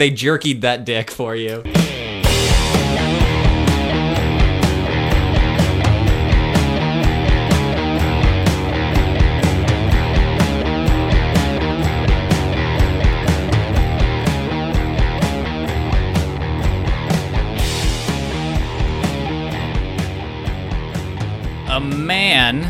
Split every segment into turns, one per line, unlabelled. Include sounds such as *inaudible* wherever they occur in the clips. They jerkied that dick for you. A man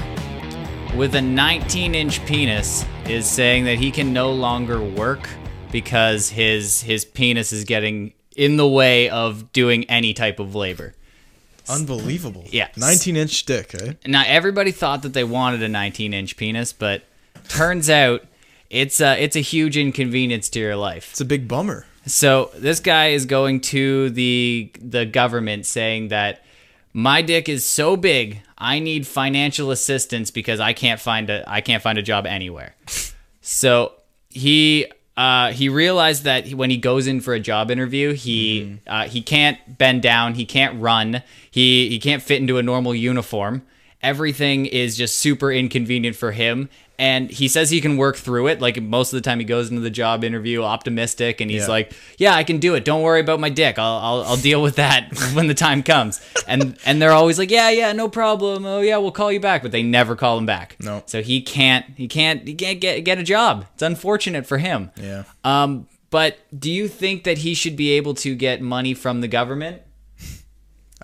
with a 19 inch penis is saying that he can no longer work because his his penis is getting in the way of doing any type of labor.
Unbelievable.
Yeah.
19 inch dick, eh?
Now everybody thought that they wanted a 19 inch penis, but turns out it's a it's a huge inconvenience to your life.
It's a big bummer.
So this guy is going to the the government saying that my dick is so big, I need financial assistance because I can't find a I can't find a job anywhere. So he uh, he realized that he- when he goes in for a job interview, he
Mm-hmm.
uh, he can't bend down, he can't run, he he can't fit into a normal uniform. Everything is just super inconvenient for him. And he says he can work through it. Like most of the time, he goes into the job interview optimistic, and he's
Yeah.
like, "Yeah, I can do it. Don't worry about my dick. I'll, I'll I'll deal with that *laughs* when the time comes." And and they're always like, "Yeah, yeah, no problem. Oh yeah, we'll call you back." But they never call him back.
No.
So he can't he can't he can't get get a job. It's unfortunate for him.
Yeah.
Um but do you think that he should be able to get money from the government?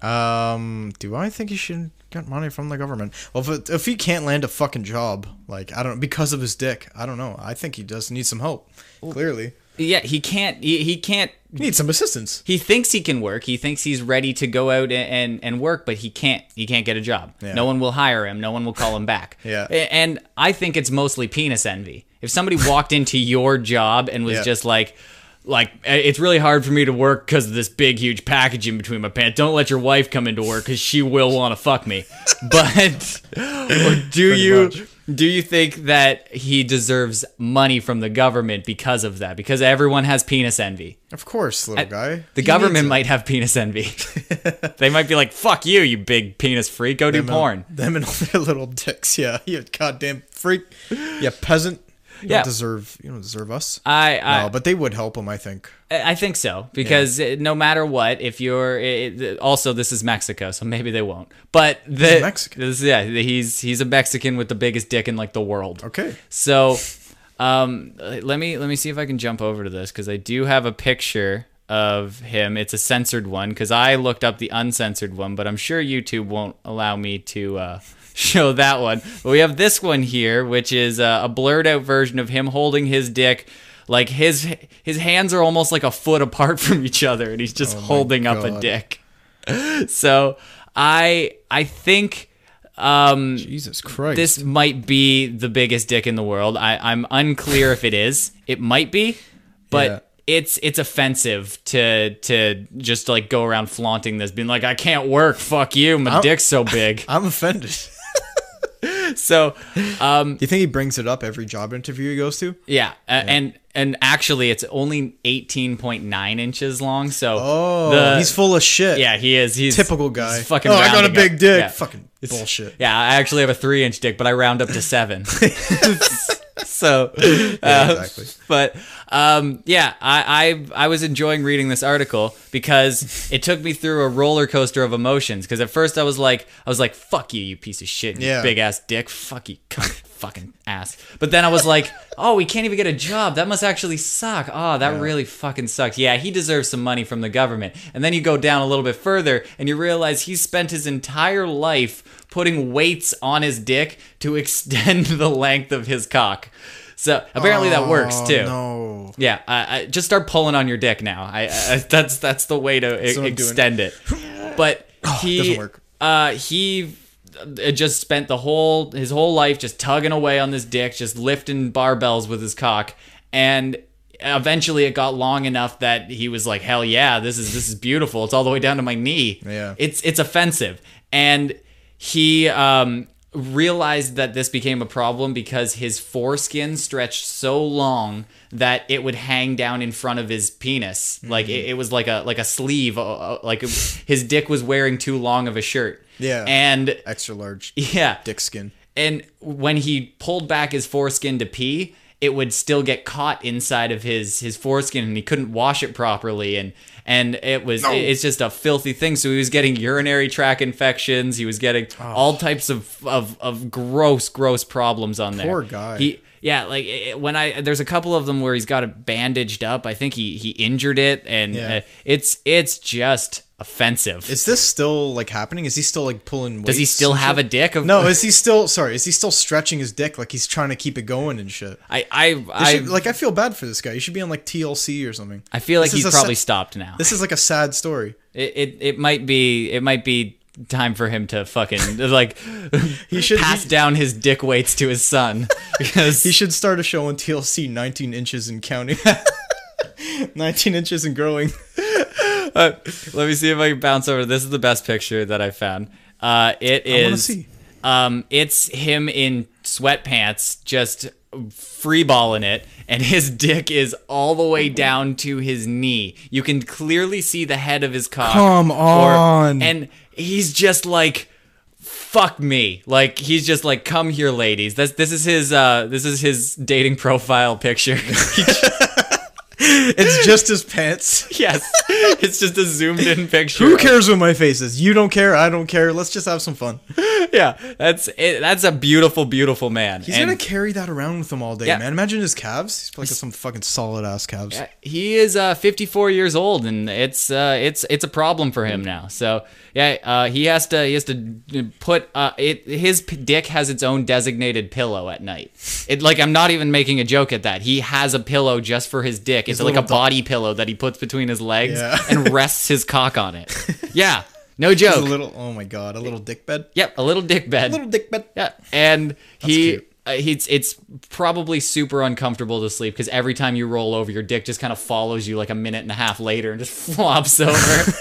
Um, do I think he should get money from the government? Well, if, it, if he can't land a fucking job, like I don't because of his dick, I don't know. I think he does need some help. Clearly,
Yeah, he can't he, he can't
he needs some assistance.
he thinks he can work. He thinks he's ready to go out and, and, and work, but he can't. He can't get a job.
Yeah.
No one will hire him. No one will call him back.
*laughs* Yeah.
A- And I think it's mostly penis envy. If somebody walked into your job and was
Yeah.
just like, like "Uh, it's really hard for me to work because of this big huge package in between my pants. Don't let your wife come into work because she will want to fuck
*laughs*
me. But do you
much.
do you think that he deserves money from the government because of that? Because everyone has penis envy.
Of course, little guy.
The government might have penis
*laughs*
envy. they might be like, "Fuck you, you big penis freak. Go do porn."
*laughs* them and all their little dicks. Yeah, *laughs* you goddamn freak.
*laughs*
Yeah, peasant. You
Yeah.
don't deserve. You don't deserve us.
I I,
no, but they would help him. I think.
I think so because uh no matter what, if you're it, it- also this is Mexico, so maybe they won't. But the
Mexican.
this- yeah, he's he's a Mexican with the biggest dick in like the world.
Okay.
So, um, let me let me see if I can jump over to this because I do have a picture of him. It's a censored one because I looked up the uncensored one, but I'm sure YouTube won't allow me to uh, *laughs* show that one. But we have this one here, which is uh, a blurred out version of him holding his dick. Like his his hands are almost like a foot apart *laughs* from each other, and he's just holding up a
God.
dick. *laughs* So I I think um,
Jesus Christ.
this might be the biggest dick in the world. I, I'm unclear if it is. It might be, but
Yeah.
it's it's offensive to to just like go around flaunting this, being like, I can't work. Fuck you. My dick's so
*laughs*
big.
I'm offended.
so
Do you think he brings it up every job interview he goes to?
yeah, a- and and actually, it's only 18.9 inches long. So
Oh, he's full of shit.
yeah, he is. He's
typical guy.
He's fucking.
oh, I got a
rounding
big
up.
dick.
Yeah.
Fucking bullshit.
Yeah, I actually have a three inch dick, but I round up to seven.
*laughs*
*laughs* so, uh,
exactly.
*laughs* But um, yeah, I, I I was enjoying reading this article because it took me through a roller coaster of emotions. Because at first I was like, I was like, "Fuck you, you piece of shit, you
Yeah.
big ass dick, fuck you, *laughs* cunt, fucking ass." But then I was like, *laughs* "Oh, we can't even get a job. That must actually suck. Oh, that really fucking sucks. Yeah, he deserves some money from the government." And then you go down a little bit further and you realize he spent his entire life putting weights on his dick to *laughs* extend the length of his cock. So apparently that works
Oh,
too.
No.
Yeah, I, I, just start pulling on your dick now. I, I *laughs* that's that's the way to e-
what I'm doing. Oh,
extend it.
*sighs*
But he
doesn't work.
Uh, he uh, just spent the whole his whole life just tugging away on this dick, just lifting barbells with his cock, and eventually it got long enough that he was like, "Hell yeah, this is this is beautiful. It's all the way down to my knee."
Yeah.
it's it's offensive, and he um realized that this became a problem because his foreskin stretched so long that it would hang down in front of his penis like it, it was like a like a sleeve uh, uh, like his dick was wearing too long of a shirt
Yeah.
and
Extra large
yeah
dick skin.
and when he pulled back his foreskin to pee it would still get caught inside of his his foreskin and he couldn't wash it properly and and it was
No.
it's just a filthy thing so he was getting urinary tract infections he was getting
Oh.
all types of of of gross gross problems on there
Poor guy.
he yeah like it- it- when i there's a couple of them where he's got it bandaged up i think he he injured it and
Yeah.
uh, it's it's just offensive
Is this still like happening? Is he still like pulling?
does he
weights
still
and
have a
shit?
dick of
No, is he still sorry? Is he still stretching his dick like he's trying to keep it going and shit?
i i
This
i,
should- like I feel bad for this guy. He should be on like TLC or something.
I feel like
this is
he's
a
probably
se-
stopped now
This is like a sad story.
It, it it might be it might be time for him to fucking *laughs* like he
should-
pass
he-
down his dick weights to his son *laughs* because
He should start a show on TLC, 19 inches and counting. *laughs* 19 inches and growing.
let me see if I can bounce over. This is the best picture that I found. Uh, it is.
see.
Um, it's him in sweatpants, just freeballing it, and his dick is all the way down to his knee. You can clearly see the head of his cock.
Come on.
and he's just like. Fuck me! Like he's just like, come here, ladies. This this is his uh this is his dating profile picture. *laughs*
It's just his pants.
yes, *laughs* it's just a zoomed in picture.
Who
of-
cares what my face is? You don't care. I don't care. Let's just have some fun.
yeah, that's it. That's a beautiful, beautiful man.
He's
And
gonna carry that around with him all day,
Yeah.
man. Imagine his calves. He's probably got some fucking solid ass calves.
he is uh, 54 years old, and it's uh, it's it's a problem for him now. So yeah, uh, he has to he has to put uh, it. His p- dick has its own designated pillow at night. It like I'm not even making a joke at that. He has a pillow just for his dick. It's like a
little dog-
body pillow that he puts between his legs
Yeah.
and rests his cock on
*laughs*
it. Yeah, no
A
joke.
little. Oh my god. A little dick bed.
yep, a little dick bed.
A little dick bed.
Yeah, and he
cute.
uh, he's it's probably super uncomfortable to sleep because every time you roll over, your dick just kind of follows you like a minute and a half later and just *laughs* flops over.
*laughs*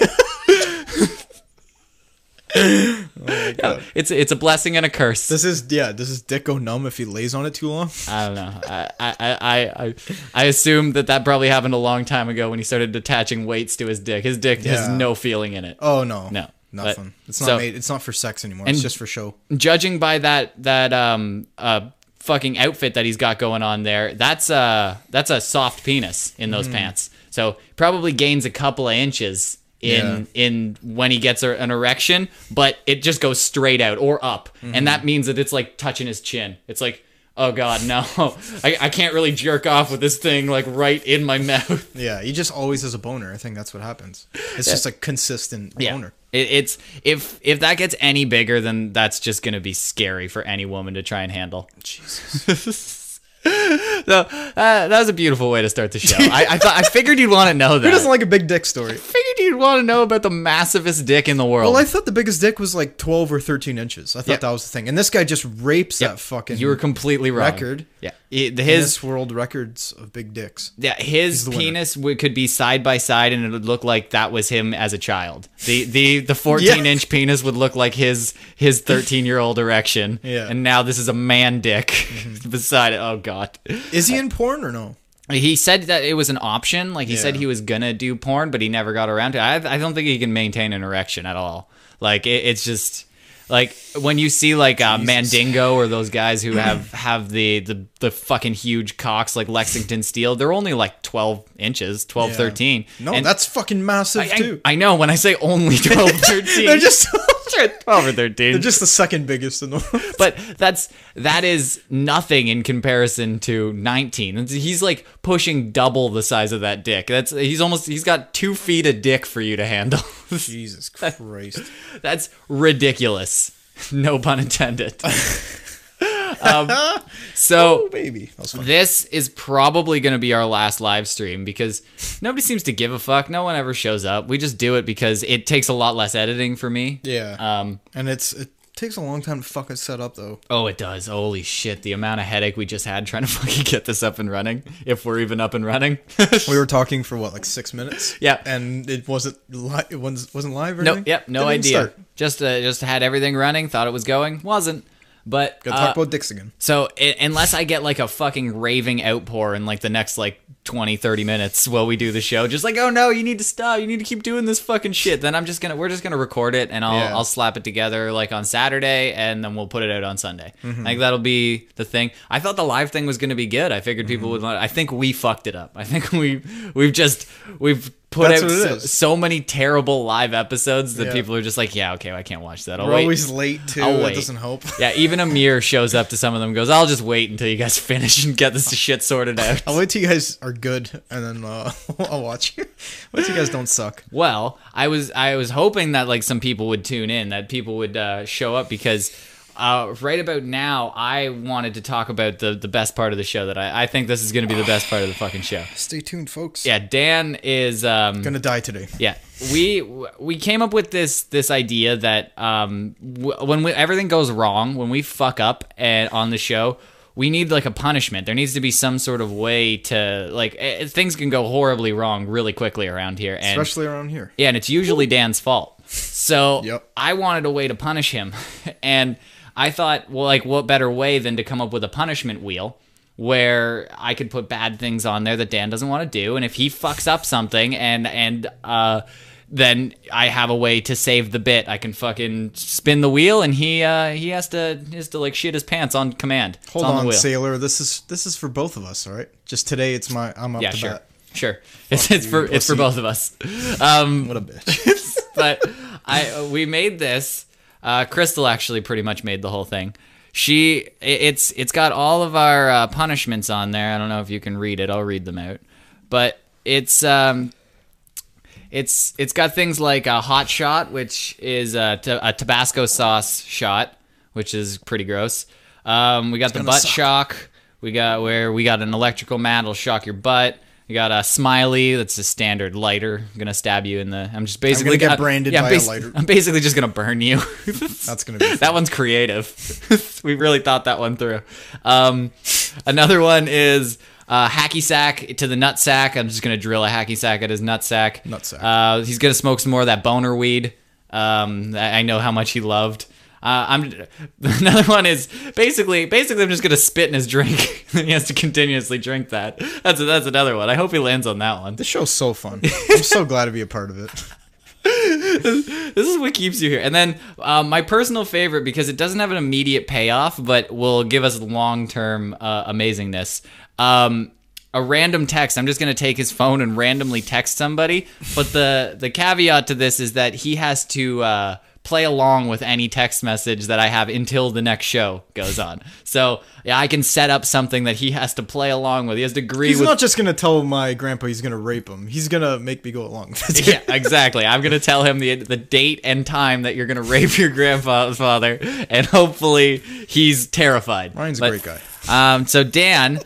*laughs* Yeah, it's it's a blessing and a curse.
Oh This is yeah. Does his dick go numb if he lays on it too long?
I don't know. I I, I I I assume that that probably happened a long time ago when he started attaching weights to his dick. His dick has
Yeah.
no feeling in it.
Oh no.
No, but-
Nothing. it's not
so-
made. It's not for sex anymore. It's just for show.
judging by that that um uh fucking outfit that he's got going on there, that's a that's a soft penis in those pants. So probably gains a couple of inches in in when he gets a- an erection, but it just goes straight out or up, and that means that it's like touching his chin. It's like. Oh God, no! *laughs* I, I can't really jerk off with this thing like right in my *laughs* mouth.
Yeah. He just always has a boner. I think that's what happens. It's just a consistent boner.
It, it's if if that gets any bigger, then that's just gonna be scary for any woman to try and handle. *laughs*
Jesus.
So uh, that was a beautiful way to start the show. I, I thought I figured you'd want to know that.
Who doesn't like a big dick story?
figured you'd want to know about the massivest dick in the world.
Well, I thought the biggest dick was like 12 or 13 inches. I thought
Yep.
that was the thing. And this guy just rapes that fucking
you were completely wrong.
record.
Yeah. It- his
Guinness World Records of big dicks.
yeah, his
the winner.
penis w- could be side by side, and it would look like that was him as a child. The the
*laughs*
the fourteen inch penis would look like his his thirteen year old erection.
Yeah. Mm-hmm.
And now this is a man dick *laughs* beside it. Oh god.
Is he in porn or no?
He said that it was an option. Like he said
Yeah.
he was gonna do porn, but he never got around to it. I, I don't think he can maintain an erection at all. Like it, it's just like when you see like uh, Mandingo or those guys
*clears throat*
who have have the, the the fucking huge cocks like Lexington Steel. They're only like twelve inches, 12,
Yeah.
13.
No,
And
that's fucking massive
I,
too.
I, I know when I say only *laughs* 12, 13.
*laughs* they're
*laughs*
just
twelve or 13
they're just the second biggest in the
*laughs*
world.
but that's that is nothing in comparison to 19 It's- he's like pushing double the size of that dick that's he's almost he's got two feet of dick for you to handle *laughs*
Jesus Christ.
that's ridiculous *laughs* no pun intended um, so
Baby. That was fun.
this is probably going to be our last live stream because nobody seems to give a fuck no one ever shows up we just do it because it takes a lot less editing for me
Yeah.
um
and it's it takes a long time to fucking set
*laughs*
up though.
Oh, it does. Holy shit. The amount of headache we just had trying to *laughs* fucking get this up and running, if we're even up and running.
We were talking for what like 6 minutes.
Yeah.
And it wasn't li- it wasn't wasn't live
*laughs*
or
no,
anything?
yep, no
Didn't even
idea.
start.
Just uh, just had everything running, thought it was going, wasn't. But
Gotta
uh,
talk about dicks again.
so i unless I get like a fucking raving outpour in like the next like 20 30 minutes while we do the show just like oh no you need to stop you need to keep doing this fucking shit then I'm just going to we're just going to record it and I'll
Yeah.
I'll slap it together like on Saturday and then we'll put it out on Sunday.
Mm-hmm.
Like that'll be the thing. I thought the live thing was going to be good. I figured
Mm-hmm.
people would want I think we fucked it up. I think we we've just we've put
That's
out
what it
so,
is.
so many terrible live episodes that
Yeah.
people are just like yeah okay I can't watch that. I'll
We're
wait.
always late too.
I'll
That
wait.
doesn't help. *laughs*
Yeah, even Amir shows up to some of them and goes, I'll just wait until you guys *laughs* finish and get this shit sorted out.
I'll wait till you guys are good, and then uh, *laughs* I'll watch you. Wait till you guys don't suck.
Well, I was I was hoping that like some people would tune in, that people would uh, show up because uh, right about now I wanted to talk about the the best part of the show that I, I think this is gonna be the best part of the fucking show.
Stay tuned, folks.
Yeah, Dan is um
Gonna die today.
Yeah, we we came up with this this idea that um w- when we, everything goes wrong, when we fuck up and on the show, we need like a punishment. There needs to be some sort of way to like eh, eh, things can go horribly wrong really quickly around here, and
Especially around here.
yeah, and it's usually Dan's fault. So
Yep.
I wanted a way to punish him. *laughs* and I thought, well, like, what better way than to come up with a punishment wheel where I could put bad things on there that Dan doesn't want to do. And if he fucks up something and, and, uh, then I have a way to save the bit. I can fucking spin the wheel, and he uh, he has to he has to like shit his pants on command. It's
Hold
on, the
on,
wheel.
sailor. This is this is for both of us, all right? Just today, it's my I'm up
yeah,
to
sure,
bat.
sure. *laughs* It's, it's
you,
for it's for
pussy.
both of us. Um, *laughs*
What a bitch.
but I uh, we made this. Uh, Crystal actually pretty much made the whole thing. She i- it's it's got all of our uh, punishments on there. I don't know if you can read it. I'll read them out. But it's um it's it's got things like a hot shot, which is a, ta- a Tabasco sauce shot, which is pretty gross. Um, we got the
gonna
butt
suck.
shock. We got where we got an electrical mat. It'll shock your butt. We got a smiley. That's a standard lighter. gonna stab you in the. I'm just basically uh,
get branded
I'm
by a
basi-
lighter.
I'm basically just gonna burn you.
*laughs*
*laughs*
That's gonna be.
that one's creative. *laughs* we really thought that one through. Um, another one is uh, hacky sack to the nut sack. I'm just gonna drill a hacky sack at his nut sack.
Nut sack.
Uh, he's gonna smoke some more of that boner weed. Um, I I know how much he loved. Uh, I'm *laughs* another one is basically basically I'm just gonna spit in his drink. *laughs* he has to continuously drink that. That's that's another one. I hope he lands on that one.
This show's
*laughs*
so fun. I'm so glad to be a part of it.
this is what keeps you here. And then um, my personal favorite because it doesn't have an immediate payoff, but will give us long term uh, amazingness. Um, a random text. I'm just gonna take his phone and randomly text somebody. But the the caveat to this is that he has to. Uh, play along with any text message that I have until the next show goes on. So, yeah, I can set up something that he has to play along with. He has to agree
He's
with
not just gonna tell my grandpa he's gonna rape him. He's gonna make me go along with it.
*laughs* yeah, exactly. I'm gonna tell him the the date and time that you're gonna rape your grandfather, and hopefully he's terrified.
Ryan's a
But,
great guy.
Um, so Dan,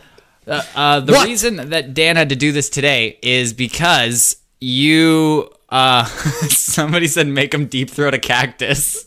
uh, uh, the
What?
reason that Dan had to do this today is because you, uh, *laughs* somebody said make him deep throat a cactus.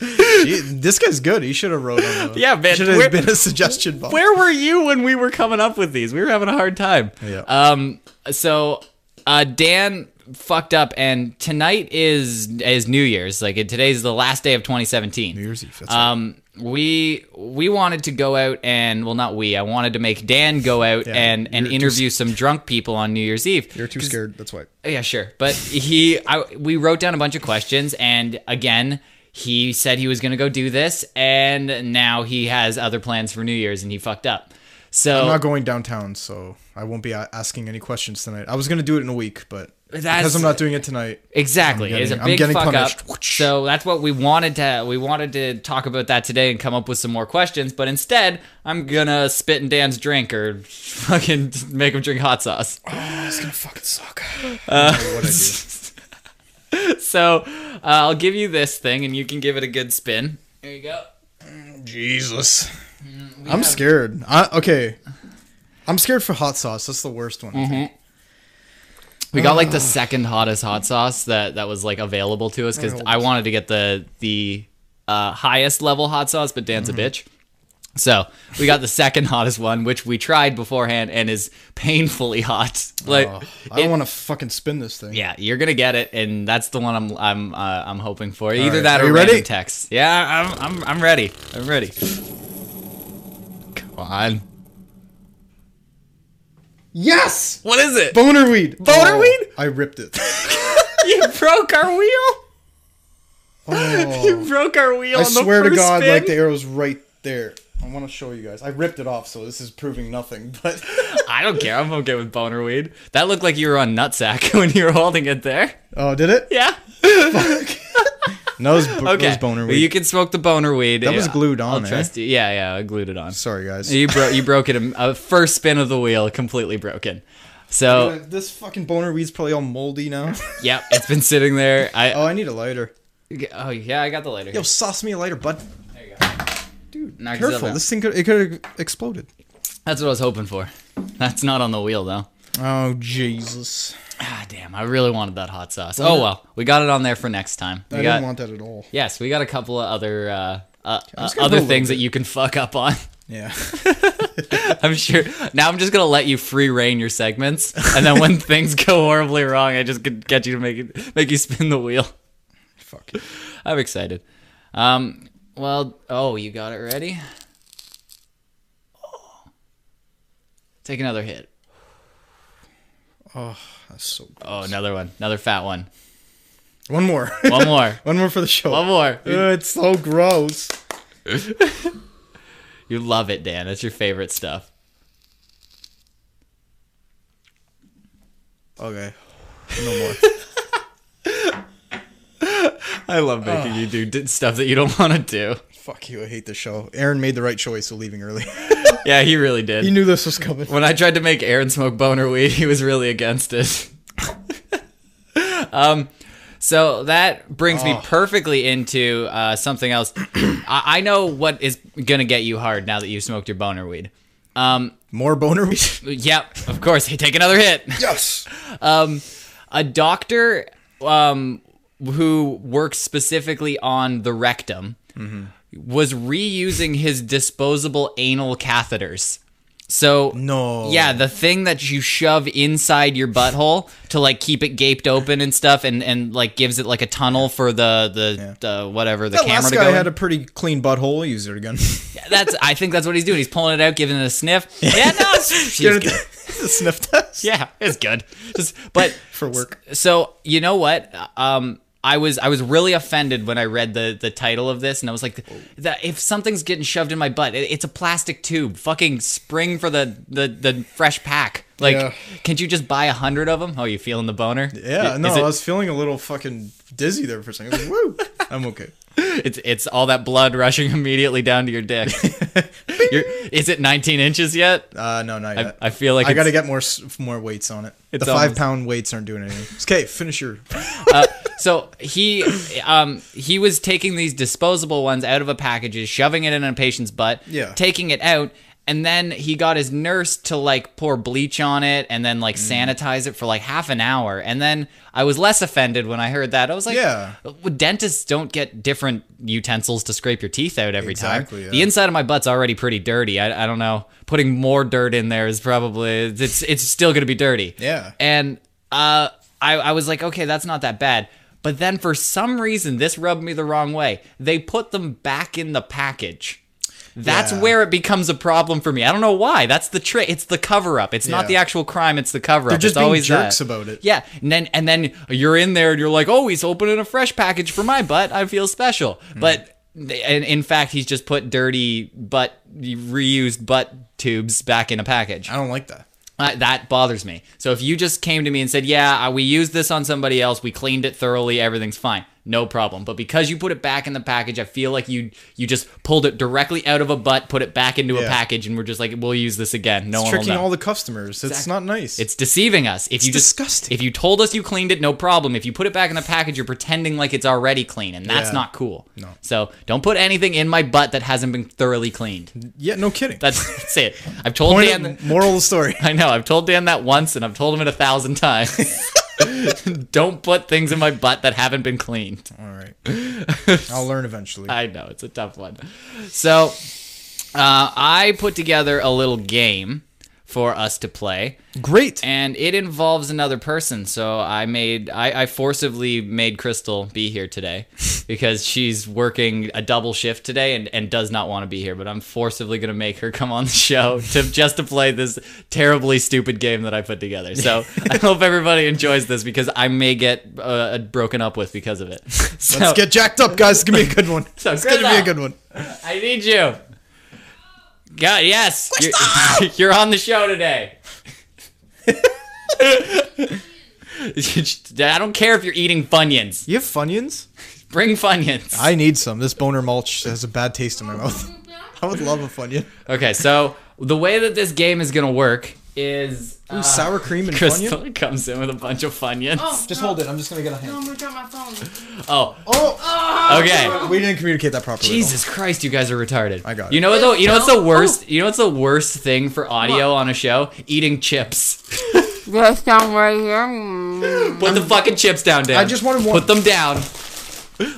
Gee, this guy's good. He should have wrote on. the-
Yeah, man,
Should
where-
have been a suggestion box.
Where were you when we were coming up with these? We were having a hard time.
Yeah.
Um. So, uh, Dan fucked up, and tonight is is New Year's. Like today's the last day of 2017.
New Year's Eve. That's right.
Um. We we wanted to go out and well, not we. I wanted to make Dan go out and and
you're too
interview some drunk people on New Year's Eve.
You're too scared. That's why.
Yeah, sure. But he, I, we wrote down a bunch of questions, and again, he said he was going to go do this, and now he has other plans for New Year's, and he fucked up. So
I'm not
Oh.
going downtown, so I won't be a- asking any questions tonight. I was gonna do it in a week, but
That's-
because I'm not doing it tonight,
Exactly.
I'm
It's a
getting- I'm
big
getting
fuck up.
punished.
So that's what we wanted to we wanted to talk about that today and come up with some more questions, but instead I'm gonna spit in Dan's drink or *laughs* fucking make him drink hot sauce.
it's gonna fucking suck. I don't know what I do.
So uh, I'll give you this thing and you can give it a good spin. There you go. *laughs*
Jesus. I'm scared. I, okay. I'm scared for hot sauce. That's the worst one. I
Mm-hmm.
think.
We got
Oh.
like the second hottest hot sauce that that was like available to us because
Oh. Mm-hmm.
I wanted to get the the uh, highest level hot sauce, but Dan's a bitch. So we got the second hottest one, which we tried beforehand and is painfully hot. Like
Oh, I don't want to fucking spin this thing.
Yeah, you're gonna get it, and that's the one I'm I'm uh, I'm hoping for. Either
right,
that
are
or
you
random
ready?
text. Yeah, I'm I'm I'm ready. I'm ready. Come on.
Yes.
What is it?
Boner weed. Oh,
Boner weed?
I ripped it.
you broke our wheel.
Oh.
You broke our wheel. *laughs*
I
on the
swear to
first
God,
spin.
like the arrow's right there. I want to show you guys. I ripped it off, so this is proving nothing.
*laughs*
But
I don't care. I'm okay with boner weed. That looked like you were on nutsack *laughs* when you were holding it there.
oh, did it?
Yeah.
No, it was, bo- it
Okay.
was boner
Well,
weed.
You can smoke the boner weed. That
was glued on,
I'll
eh?
trust you. Yeah, yeah. I glued it on.
Sorry, guys.
You broke. You broke it. im- uh, first spin of the wheel, completely broken. So
Dude, this fucking boner weed's probably all moldy now.
yep, it's been sitting there. I
*laughs* oh, I need a lighter.
oh yeah, I got the lighter.
Yo,
Here.
sauce me a lighter, bud.
There you go.
Dude,
Knock yourself
careful.
out.
This thing could it could have exploded.
That's what I was hoping for. That's not on the wheel though.
Oh Jesus!
Ah damn, I really wanted that hot sauce. Oh well, we got it on there for next time. We
I
got
didn't want that at all.
yes, we got a couple of other uh, uh,
I'm just gonna put a
other
little
things that
bit.
you can fuck up on. *laughs*
Yeah.
I'm sure. Now I'm just gonna let you free reign your segments, and then
*laughs*
when things go horribly wrong, I just could get you to make it make you spin the wheel.
*laughs* Fuck.
I'm excited. Um, well, oh, you got it ready. Take another hit.
That's so. Good.
Oh, another one, another fat one.
One more. *laughs*
One more,
One more for the show.
one more.
*laughs*
You,
Ugh, it's so gross.
you love it, Dan. It's your favorite stuff.
Okay. No more. *laughs*
*laughs* I love making you do d- stuff that you don't want to do.
Fuck you. I hate the show. Aaron made the right choice of leaving early. *laughs*
Yeah, he really did.
he knew this was coming.
when I tried to make Aaron smoke boner weed, he was really against it. *laughs* um, so that brings me perfectly into uh, something else. I-, I know what is gonna get you hard now that you've smoked your boner weed. Um,
More boner *laughs* weed.
yep, of course. Hey, take another hit.
yes.
Um, a doctor um, who works specifically on the rectum was reusing his disposable anal catheters. So
No.
yeah, the thing that you shove inside your butthole to like keep it gaped open and stuff, and and like gives it like a tunnel for the the, the whatever the
That
camera
last
to go.
guy
in.
had a pretty clean butthole. He used it again. *laughs*
That's I think that's what he's doing. He's pulling it out, giving it a sniff. Yeah, no, it's-
*laughs*
she's
Get
good.
it- the sniff test.
yeah, it's good. Just but
For work.
so you know what? Um, I was I was really offended when I read the the title of this, and I was like, that if something's getting shoved in my butt, it, it's a plastic tube. Fucking spring for the the, the fresh pack. Like,
Yeah.
can't you just buy a hundred of them? Oh, you feeling the boner?
Yeah.
Is
no, I
it-
was feeling a little fucking dizzy there for a second. I was like, Woo. I'm okay. *laughs*
it's it's all that blood rushing *laughs* immediately down to your
*laughs*
dick. You're, is it 19 inches yet?
Uh, no, not yet.
I feel like
I
it's-
gotta get more s- more weights on it.
It's
the five
almost-
pound weights aren't doing anything. Okay,
*laughs*
finish your.
so he um he was taking these disposable ones out of a package, shoving it in a patient's butt,
Yeah.
taking it out, and then he got his nurse to like pour bleach on it and then like
Mm.
sanitize it for like half an hour. And then I was less offended when I heard that. I was like,
Yeah.
well, dentists don't get different utensils to scrape your teeth out every
Exactly,
time.
yeah.
The inside of my butt's already pretty dirty. I, I don't know. Putting more dirt in there is probably it's it's still gonna be dirty.
Yeah.
And uh, I, I was like, okay, that's not that bad. But then for some reason, this rubbed me the wrong way. They put them back in the package. That's
Yeah.
where it becomes a problem for me. I don't know why. That's the trick. It's the cover up. It's not
Yeah.
the actual crime. It's the cover up.
They're just
it's
being
always
jerks
that.
about it.
Yeah, and then and then you're in there and you're like, oh, he's opening a fresh package for my butt. I feel special. But in, in fact, he's just put dirty butt reused butt tubes back in a package.
I don't like that.
Uh, that bothers me. So if you just came to me and said, "Yeah, uh, we used this on somebody else, we cleaned it thoroughly, everything's fine, no problem," but because you put it back in the package, I feel like you you just pulled it directly out of a butt, put it back into a
Yeah.
package, and we're just like, "We'll use this again." No one will
Tricking
know.
all the customers. It's not nice.
it's deceiving us. If you just
disgusting.
if you told us you cleaned it, no problem. If you put it back in the package, you're pretending like it's already clean, and that's
Yeah.
not cool.
No.
So don't put anything in my butt that hasn't been thoroughly cleaned.
yeah, no kidding. *laughs*
That's, that's it. I've told
Point
Dan.
of-
that-
moral of
*laughs*
the story.
I know. I've told Dan that once, and I've told him it a
*laughs*
thousand times. *laughs* Don't put things in my butt that haven't been cleaned. *laughs* Uh,
All right. I'll learn eventually.
I know it's a tough one. So, uh, I put together a little game for us to play,
Great.
and it involves another person. So I made I, I forcibly made Crystal be here
*laughs*
today because she's working a double shift today and, and does not want to be here. But I'm forcibly gonna make her come on the show
*laughs*
to just to play this terribly stupid game that I put together.
*laughs*
So I hope everybody enjoys this because I may get uh, broken up with because of it. So,
Let's get jacked up, guys. It's gonna be a good one.
*laughs* So,
it's gonna be a
Crystal.
good one.
I need you. God, yes. You're, *laughs* you're on the show today. *laughs* I don't care if you're eating Funyuns.
You have Funyuns?
Bring Funyuns.
I need some. This boner mulch has a bad taste in
Oh,
my mouth. *laughs* I would love a Funyun.
okay, so the way that this game is going to work is uh,
Sour cream and Funyun?
Crystal *laughs* comes in with a bunch of Funyuns.
Oh,
Just
no,
hold it. I'm just gonna get a hand.
No, I'm gonna drop my phone.
Oh,
Oh,
okay.
we didn't communicate that properly. at all.
Jesus Christ, you guys are retarded.
I got
You
it.
know what though? You know what's the
No.
worst? You know what's the worst thing for audio on a show? Eating chips.
This down right here. Mm,
Put the fucking chips down, Dan.
I just wanted one.
Put them down.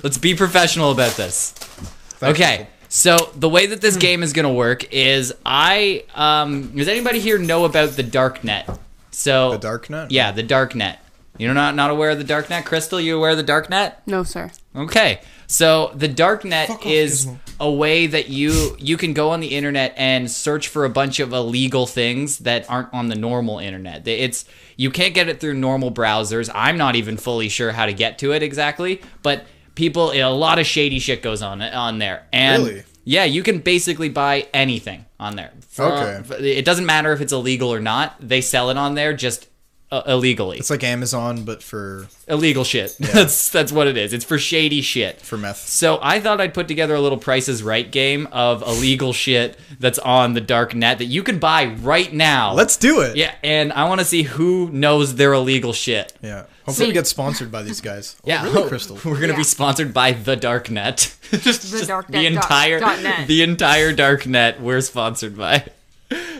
Let's be professional about this.
Thanks,
okay. So the way that
Hmm.
this game is gonna work is I um does anybody here know about the dark net? So
The dark net?
Yeah, the dark net. You're not not aware of the dark net, Crystal? You aware of the dark net?
No, sir.
Okay. So the darknet
Fuck off,
is
Gizmo.
a way that you you can go on the internet and search for a bunch of illegal things that aren't on the normal internet. They- It's you can't get it through normal browsers. I'm not even fully sure how to get to it exactly, but people a lot of shady shit goes on on there. And
Really?
yeah, you can basically buy anything on there. uh,
Okay.
It doesn't matter if it's illegal or not. They sell it on there just uh, illegally.
It's like Amazon, but for
illegal shit. *laughs* That's that's what it is. It's for shady shit.
for meth.
So I thought I'd put together a little Prices Right game of illegal shit that's on the dark net that you can buy right now.
Let's do it.
yeah, and I want to see who knows their illegal shit.
Yeah. Hopefully we
See-
get sponsored by these guys.
*laughs*
Oh,
Yeah,
Really, Crystal.
We're gonna be
Yeah.
sponsored by the dark net. *laughs* just, just
dark
the
net dot-
entire
dot net.
the entire dark net we're sponsored by. *laughs*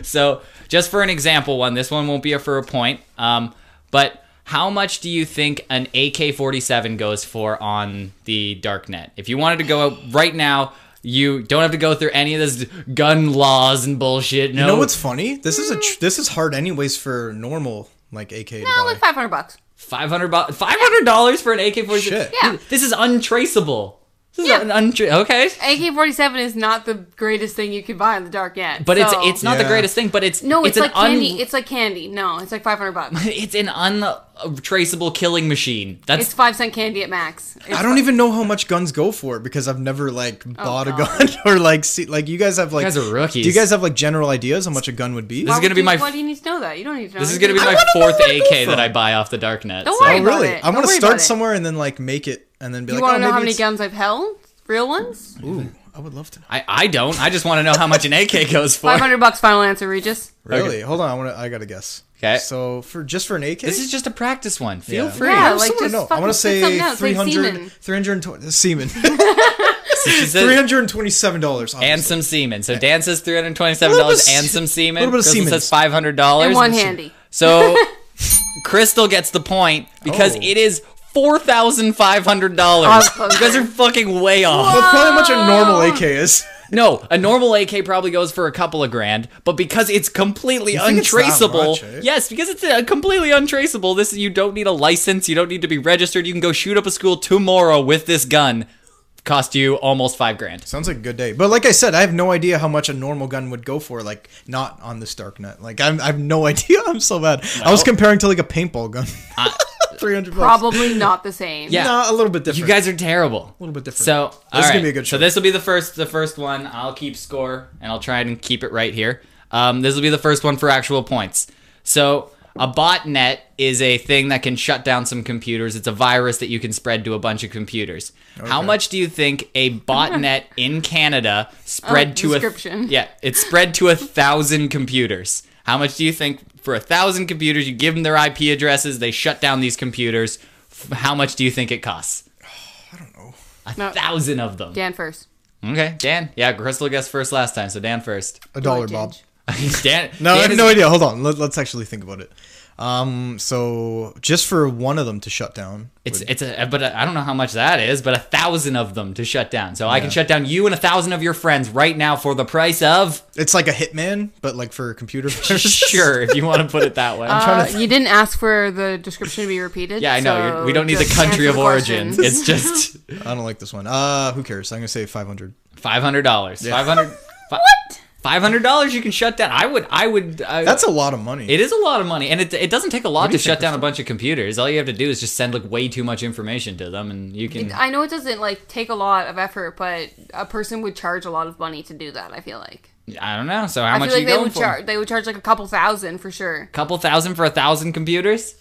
So just for an example one, this one won't be a for a point. Um, but how much do you think an AK forty seven goes for on the dark net? If you wanted to go out right now, you don't have to go through any of this gun laws and bullshit. No,
You know what's funny? This is a tr- this is hard anyways for normal like AK to
No,
buy.
like 500 bucks.
Five hundred dollars. Five hundred dollars for an AK forty seven.
Shit.
Yeah.
This is untraceable. This is
Yeah.
an untra- okay.
AK 47 is not the greatest thing you could buy on the dark net.
But
so-
it's it's not the
Yeah.
greatest thing. But it's
No, it's,
an
like candy. it's like candy. No, it's like 500 bucks.
it's an untraceable killing machine. *laughs* That's
It's 5 cent candy at max. It's
I don't even know how much guns go for because I've never like bought a gun *laughs* or like see like you guys have like
Oh, guys are rookies.
Do you guys have like general ideas how much a gun would be? Oh,
This is gonna
would
be
you-
my-
Why do you need to know that? You don't need to know.
this is gonna be
anything.
my
wanna know
fourth
where it goes
AK that
from.
I buy off the darknet.
Don't
so-
worry.
oh really?
about it.
I want
Don't
to
worry
start
about it.
somewhere and then like make it and then be
You
like,
want
oh,
to know
maybe
how many
it's-
guns I've held? Real ones?
Ooh, I would love to.
I, I don't. I just want to know how much an
*laughs*
AK goes for.
500 bucks, final answer, Regis.
Really? Hold on, I want to. I got to guess.
'Kay.
So for just for an AK,
This is just a practice one. Feel
Yeah.
free.
Yeah,
I
like,
just wanna
just
know. I
fucking
want to
pick
say
something else, like
300,
semen.
320
*laughs*
uh, semen,
She says-
three hundred twenty-seven dollars.
and some semen. So Dan says three hundred twenty-seven dollars
A little bit of
and
se-
some semen.
little bit of
Crystal
semen.
says five hundred dollars.
And one handy. *laughs*
So Crystal gets the point because
Oh.
it is four thousand five hundred dollars.
was close
You guys are
there.
fucking way off.
That's probably how much a normal AK is. *laughs*
No, a normal AK probably goes for a couple of grand, but because it's completely
think it's that
untraceable,
much, eh?
yes, because it's uh, completely untraceable. This you don't need a license, you don't need to be registered. You can go shoot up a school tomorrow with this gun. Cost you almost five grand.
Sounds like a good day. But like I said, I have no idea how much a normal gun would go for. Like not on this dark net. Like I'm, I have no *laughs* idea. I'm so bad. I was comparing to like a paintball gun.
uh,
*laughs* Three hundred.
Probably not the same.
Yeah.
No, a little bit different.
You guys are terrible. A
little bit different.
So
This
all
is gonna
right.
be a good
So
show.
this will be the first, the first one. I'll keep score and I'll try and keep it right here. Um, this will be the first one for actual points. So a botnet is a thing that can shut down some computers. It's a virus that you can spread to a bunch of computers. How
Okay.
much do you think a
*laughs*
botnet in Canada spread
Oh,
to a
description.
yeah? It spread to a thousand computers. How much do you think for a thousand computers? You give them their IP addresses, they shut down these computers. F- How much do you think it costs?
No,
thousand of them.
Dan first.
Okay, Dan. Yeah, Crystal guessed first last time, so Dan first. *laughs*
a dollar,
Change.
Bob.
Dan.
No, I
Dan
have
is-
no idea. Hold on. Let, let's actually think about it. Um, so just for one of them to shut down,
It's
would-
it's a but uh, I don't know how much that is, but a thousand of them to shut down. So I can shut down you and a thousand of your friends right now for the price
*laughs*
of
it's like a hitman, but like for *laughs* computer viruses.
sure, if you want to put it that way.
Uh, you didn't ask for the description to be repeated.
yeah, I know.
so
you're, we don't need the
just
country
answer
of
the
origin.
question.
It's
*laughs*
just
I don't like this one. Uh, who cares? I'm gonna say 500.
five hundred dollars. Five hundred.
*laughs*
What? Five hundred dollars you can shut down. I would. I would. I,
That's a lot of money.
It is a lot of money, and it, it doesn't take a lot to
you think
shut down a bunch of computers. All you have to do is just send like way too much information to them, and you can.
I know it doesn't like take a lot of effort, but a person would charge a lot of money to do that. I feel like.
I don't know. So how
I
much are
feel like
you
they
going
would
for?
charge. They would charge like a couple thousand for sure.
Couple thousand for a thousand computers.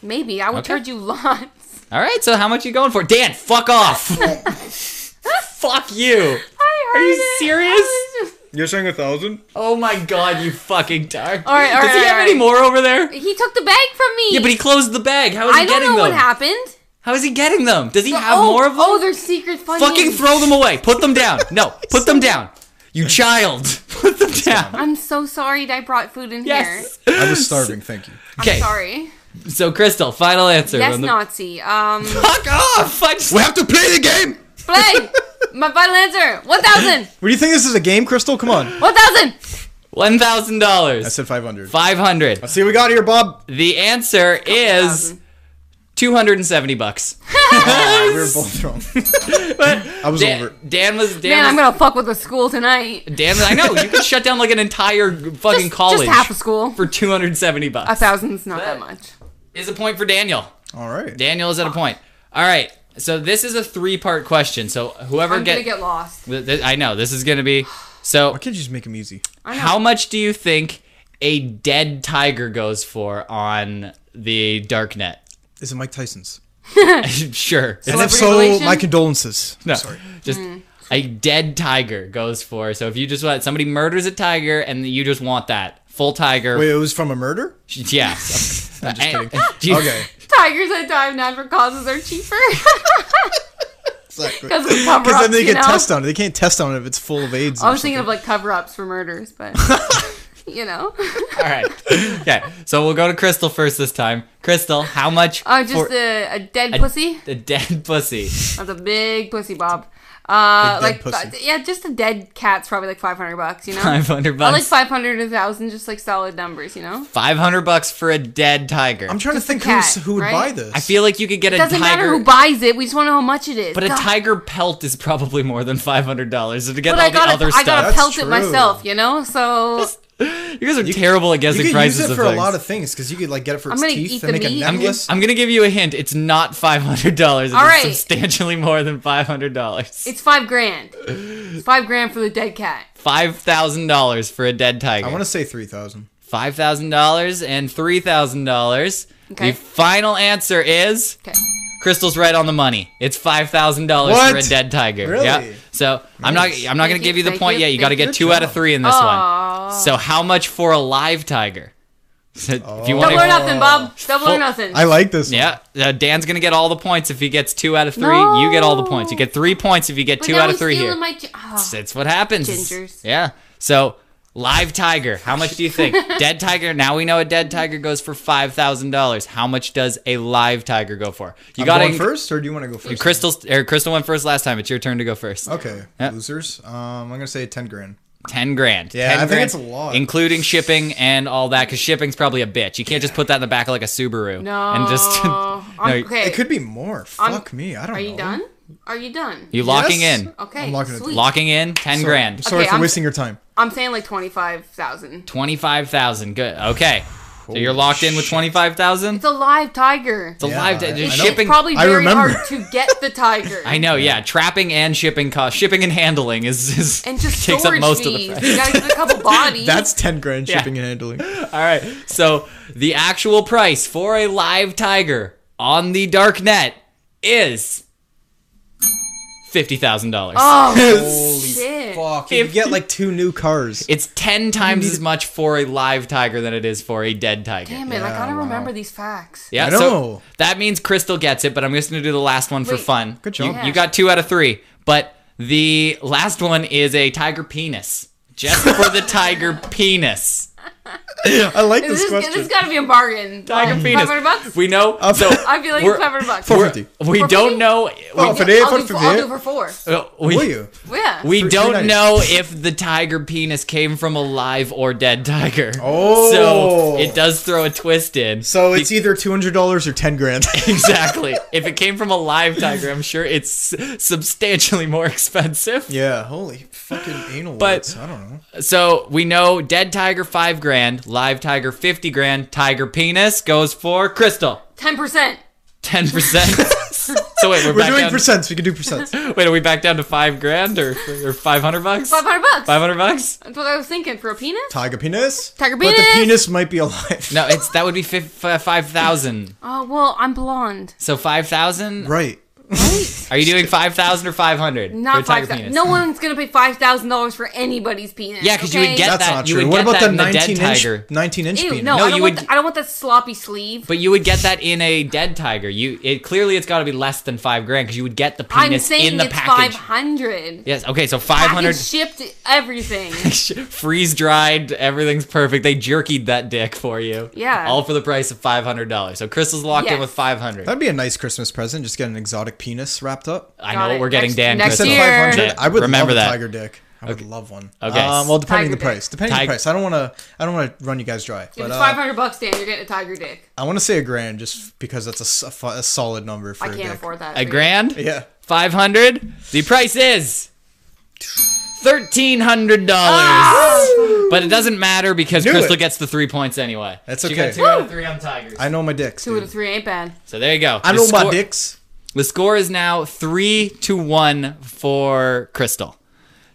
Maybe I would
Okay.
charge you lots. *laughs*
All right. So how much you going for, Dan? Fuck off. fuck you.
I
Are you
heard it.
serious?
I was just-
You're saying a thousand?
Oh my god, you fucking dark.
All right, all
Does
right,
he have
all
any
right.
more over there?
He took the bag from me.
Yeah, but he closed the bag. How is
I
he
don't
getting
know
them?
what happened.
How is he getting them? Does he have
oh,
more of them?
Oh, there's secret funding.
fucking throw them away. Put them down.
*laughs*
No, put them down. You child. *laughs* Put them down.
I'm so sorry that I brought food in here.
Yes.
I was starving. Thank you.
Okay.
Sorry.
So Crystal, final answer.
Yes,
on the-
Nazi. Um, *laughs*
Fuck off! I just-
We have to play the game.
play. My final answer. One thousand.
What do you think this is a game, Crystal? Come on.
One
*laughs*
thousand.
One thousand
I
dollars.
said 500.
Five hundred.
See what we got here, Bob.
The answer is
thousand.
two hundred and seventy bucks.
Oh, we were both *laughs* wrong. I was over.
Dan,
it.
Dan was Dan.
Man,
was,
I'm gonna fuck with the school tonight.
Dan, was- I know you could shut down like an entire fucking
Just,
college
just half a school.
for two hundred and seventy bucks.
A thousand's not that much.
Is a point for Daniel.
All right.
Daniel is at a point. All right. So this is a three-part question. So whoever
I'm
get,
gonna get lost.
Th- th- I know this is gonna be. So
Why can't you just make them easy?
how much do you think a dead tiger goes for on the darknet? *laughs*
Is it Mike Tyson's?
sure.
And if
Celebrity
so,
relation?
my condolences.
No,
I'm sorry.
just a dead tiger goes for. So if you just want somebody murders a tiger and you just want that full tiger,
Wait, it was from a murder? *laughs*
yeah. I'm just *laughs*
kidding.
*laughs*
okay.
Okay.
Tigers that die of natural causes are cheaper. *laughs*
Exactly.
Because cover
Because
ups,
then they
you
can
know?
test on it. They can't test on it if it's full of AIDS.
I
or
was thinking of
something.
like cover ups for
*laughs*
murders, but you know.
All right. Okay. So we'll go to Crystal first this time. Crystal, how much?
Oh, just
for
a, a dead
a-
pussy.
A dead pussy. *laughs*
That's a big pussy, Bob.
A
Uh,
dead
like
pussy.
th- yeah, just a dead cat's probably like five hundred bucks, you know.
*laughs* Five hundred
I like
bucks.
five hundred a thousand, just like solid numbers, you know.
Five hundred bucks for a dead tiger.
I'm trying to
just a
think who's,
cat,
who would
right?
buy this.
I feel like you could get a
Doesn't matter
tiger,
who buys it. We just want to know how much it is.
but a
God.
tiger pelt is probably more than five hundred dollars. So to get
But
all
I
the
gotta,
other
I gotta
stuff,
That's
pelt it
true.
myself, you know. So
you guys are terrible at guessing
you could
prices
use it
of
for
things.
a lot of things because you could like get it for
I'm
its
gonna
teeth
eat
and
the
make a
meat. I'm
I'm, gi-
necklace.
I'm gonna give you a hint. It's not five hundred dollars. It's
All right.
substantially more than five hundred dollars.
it's five grand. It's five grand for the dead cat.
Five thousand dollars for a dead tiger.
I want to say three thousand.
Five thousand dollars and three thousand dollars.
Okay.
The final answer is
Okay.
Crystal's right on the money. It's five thousand dollars
What?
for a dead tiger.
Really?
Yeah. So I'm not. I'm not gonna
Thank
give
you,
you the
thank
point
you,
yet. You got to
thank you.
get two out of three in this
Aw.
one. So how much for a live tiger? *laughs* So
Oh.
If you want
Double or
to.
nothing, Bob. Double
Full-
or nothing.
I like this. one.
Yeah, uh, Dan's gonna get all the points if he gets two out of three. You get all the points. You get three points if you get
But
two
now
out of
he's
three
stealing
here.
My ch- oh,
That's what happens.
Gingers.
Yeah. So live tiger. How much do you
*laughs*
think? dead tiger. Now we know a dead tiger goes for five thousand dollars. How much does a live tiger go for? You
I'm
gotta
going
inc-
first, or do you want to go first?
Crystal or Crystal went first last time. It's your turn to go first.
Okay,
Yeah.
losers. Um, I'm gonna say ten grand.
Ten grand.
Yeah,
10
I think
grand,
it's a lot.
including shipping and all that. Because shipping's probably a bitch. You can't just put that in the back of like a Subaru.
no.
And just *laughs*
I'm-
No,
okay.
It could be more. Fuck me. I don't know.
Are you done? Are you done?
you locking
Yes.
in.
Okay.
I'm locking it
sweet.
Locking in ten
Sorry, I'm
grand.
sorry
Okay,
for
I'm-
wasting your time.
I'm saying like twenty five thousand.
Twenty-five thousand. Good. Okay. So you're
Holy
locked in with
shit.
twenty-five thousand.
It's a live tiger.
It's a
Yeah,
live
I- I
di-
know.
It's
shipping.
probably
I
very
remember.
hard to get the tiger.
*laughs* I know, yeah. Trapping and shipping cost, shipping and handling is, is
*laughs* And just
takes up
storage
most *laughs*
fees.
of the.
you gotta get a couple bodies.
*laughs*
That's ten grand
Yeah.
shipping and
*laughs*
handling.
All right, so the actual price for a live tiger on the dark net is fifty thousand dollars.
oh shit.
Fuck. You
If-
could get like two new cars.
It's ten times as much for a live tiger than it is for a dead tiger.
Damn it! I
Yeah,
gotta
wow.
remember these facts.
Yeah,
I
so
know.
that means Crystal gets it, but I'm just gonna do the last one for
Wait.
fun.
Good
You-
job.
You,
Yeah.
got two out of three, but the
*laughs*
last one is a tiger penis, just for the tiger penis.
I like
This,
this,
is-
question.
this has got to be a bargain.
Tiger
Um,
penis.
500 bucks?
We know.
Uh,
So
I feel like
we're-
it's 500 bucks.
Four
I'll
fifty.
we
For
don't
free?
know.
Well,
we,
for day,
do
for
it for- I'll do
fifty.
it for four.
uh,
Will
we,
Oh, you?
Yeah.
we
Three-
don't
390.
know if the tiger penis came from a live or dead tiger.
Oh.
so it does throw a twist in.
So it's either two hundred dollars or ten grand.
*laughs*
*laughs*
exactly. If it came from a live tiger, I'm sure it's substantially more expensive.
yeah. Holy fucking anal.
But-
warts, I don't know.
So we know dead tiger five grand, live tiger fifty grand, tiger penis goes for crystal
10%.
ten
*laughs*
percent. so wait, we're,
We're
back
doing
down.
percents. We can do
*laughs*
percents.
Wait, are we back down to five grand or or five hundred bucks?
500 bucks.
Five hundred bucks?
That's what I was thinking for a penis.
Tiger penis.
Tiger
But the
penis!
penis might be alive.
No, it's that would be fif- uh, five thousand.
Oh well, I'm blonde.
So five thousand.
*laughs* Right.
Are you doing five thousand or five hundred?
Not five thousand. No one's gonna pay five thousand dollars for anybody's penis.
Yeah, 'cause you would
okay?
get-
That's
that-
not
you
true.
would
What
get
about
that
the
in the dead
19 inch?
tiger.
19 inch
Ew,
penis.
no,
No,
I, don't
you
want
would-
th- I don't want that sloppy sleeve.
But you would get that in a dead tiger. You it clearly it's got to be less than five grand because you would get the
I'm
penis
saying
in the
it's five
package.
hundred.
Yes. Okay. So five hundred
Package shipped
*laughs*
everything.
freeze dried. Everything's perfect. They jerkied that dick for you.
Yeah.
All for the price of five hundred dollars. So Crystal's locked in
Yes.
with five hundred.
That'd be a nice Christmas present. Just get an exotic penis wrapped up.
I
Got
know what
it.
we're getting,
Next-
Dan.
next
Crystal.
Instead of
year.
five hundred,
Uh, Yeah,
I would
remember
love
that.
a tiger dick. I would love one.
Okay.
Um, well, depending on the
Tiger dick.
price. Depending on
Tig-
the price. I don't want to. I don't want to run you guys dry.
If
But
it's
uh,
five hundred bucks, Dan, you're getting a tiger dick.
I want to say a grand, just because that's a s- a, fu- a solid number for
I
a
can't
dick.
afford that.
A grand.
Yeah.
Five hundred. The price is thirteen hundred dollars.
Ah!
But it doesn't matter because
Knew
Crystal
it.
gets the three points anyway.
That's
She
okay.
got two out of three on tigers.
I know my dicks.
Two out
dude.
of three ain't bad.
So there you go.
I
The
know my
score-
dicks.
The score is now three to one for Crystal.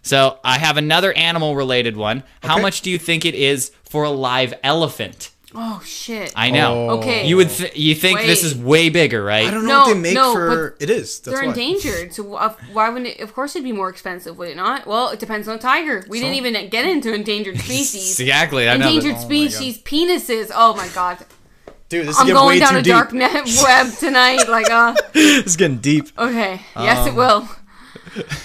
So I have another animal related one. How
Okay.
much do you think it is for a live elephant?
Oh shit.
I know.
Oh.
Okay.
You would th- you think this
Wait.
is way bigger, right?
I don't know
No,
what they make
no,
for. It is. That's
They're
why.
endangered, so uh, why wouldn't it? Of course, it'd be more expensive, would it not? Well, it depends on the tiger. We didn't even get
*laughs*
into endangered species.
Exactly. I know. but-
endangered
Oh my
species penises. Oh my god,
Dude, this is
I'm
getting way
going down
too
a
deep. *laughs*
dark net web tonight. Like, uh,
This is getting deep.
okay, yes,
Um,
it will.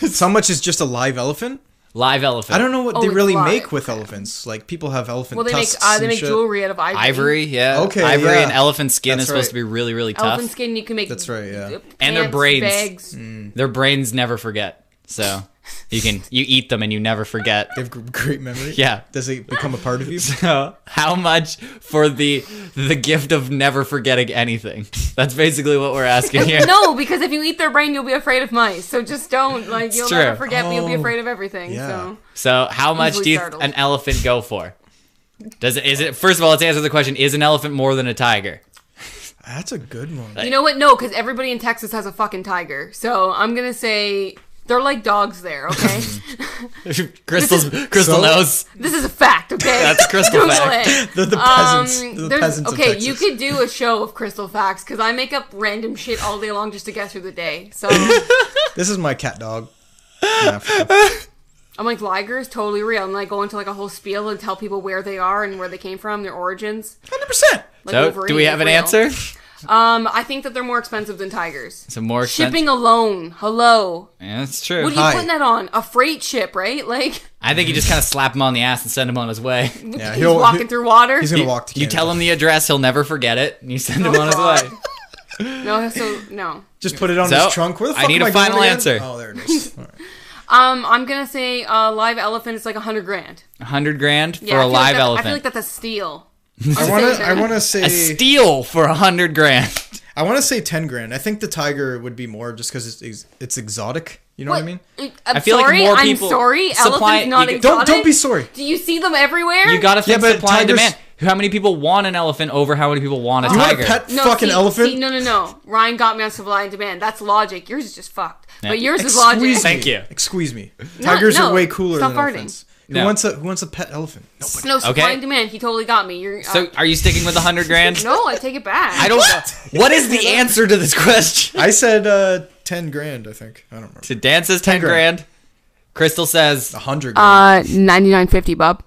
So much is just a live elephant.
Live elephant.
I don't know what
Oh,
they
it's
really
live.
make with elephants. Like people have elephant
Well, they make
tusks
uh,
and
they make
shit.
jewelry out of ivory.
Ivory, yeah.
Okay,
Ivory
yeah.
and elephant skin
That's
is supposed
right.
to be really, really tough.
elephant skin. You can make.
That's right, yeah.
uh,
And their
pants,
brains.
Bags.
*laughs*
Their brains never forget. So you can you eat them and you never forget.
They have gr- great memory.
Yeah.
Does it become a part of
*laughs*
you?
So, how much for the the gift of never forgetting anything? That's basically what we're asking here.
No, because if you eat their brain, you'll be afraid of mice. So just don't. Like, you'll
true.
never forget, but you'll be
Oh,
afraid of everything.
yeah.
So
So, how much
Easily
do you,
startled.
an elephant go for? Does it is it first of all? Let's answer the question: Is an elephant more than a tiger? *laughs*
That's a good one.
you know what? No, because everybody in Texas has a fucking tiger. So I'm gonna say. They're like dogs there,
*laughs*
okay? *laughs*
Crystal's Crystal
So-
knows.
this is a fact, okay? *laughs*
That's a crystal
Google
fact.
it.
They're *laughs* *laughs* the
Um,
peasants. They're the
there's-
peasants
okay,
of Texas.
you could do a show of crystal facts because I make up random shit all day long just to get through the day.
*laughs*
So
This is my
*laughs*
cat dog. Nah, fuck off.
I'm like, Liger is totally real. And I go into like a whole spiel and tell people where they are and where they came from, their origins.
100%.
Like,
So,
Wolverine
do we
is
have an
real.
answer?
Um, I think that they're more expensive than tigers.
So more expensive.
Shipping alone, hello.
Yeah, that's true.
What are you
Hi.
putting that on? A freight ship, right? Like *laughs*
I think you just kind of slap him on the ass and send him on his way.
Yeah,
he's
he'll-
walking
he-
through water.
He's going to walk to
You tell
Canada.
him the address, he'll never forget it, and you send him
Oh, *laughs*
on his
God.
way.
No, so no.
Just put it on
So,
his trunk. Where the
I
fuck
need
am
a
going
final
again?
answer.
Oh, there it
*laughs*
is. All right.
Um, I'm gonna say a live elephant is like a hundred grand.
hundred grand for
I
a
feel like
live
that's-
elephant.
I feel like that's a steal.
I want to I
*laughs*
wanna
a
say
steal for a hundred grand.
I want to say 10 grand. I think the tiger would be more just cuz it's ex- it's exotic, you know what, I mean?
I'm
feel like
uh, sorry.
more
I'm
people
sorry.
supply-
Elephant's not
you-
exotic.
Don't don't be sorry.
Do you see them everywhere?
You gotta think
Yeah, but
supply and
tigers-
demand. How many people want an elephant over how many people want a
You want
tiger?
a pet
no,
fucking
see-
elephant?
see, no, no, no. Ryan got me on supply and demand. That's logic. Yours is just fucked.
Yeah.
But yours is
Excuse
logic.
me.
Thank you.
Excuse me. Tigers
no,
are way cooler
stop
than
farting.
elephants. Who
No.
wants a who wants a pet elephant? Nobody.
No supply
Okay.
and demand. He totally got me. You're uh,
So are you sticking with a hundred grand?
*laughs* no. I take it back.
I don't know. What is the answer to this question?
I said uh, 10 grand, I think. I don't remember.
So Dan says ten grand. Crystal
*laughs*
says
100 grand.
Uh, ninety nine fifty, bub.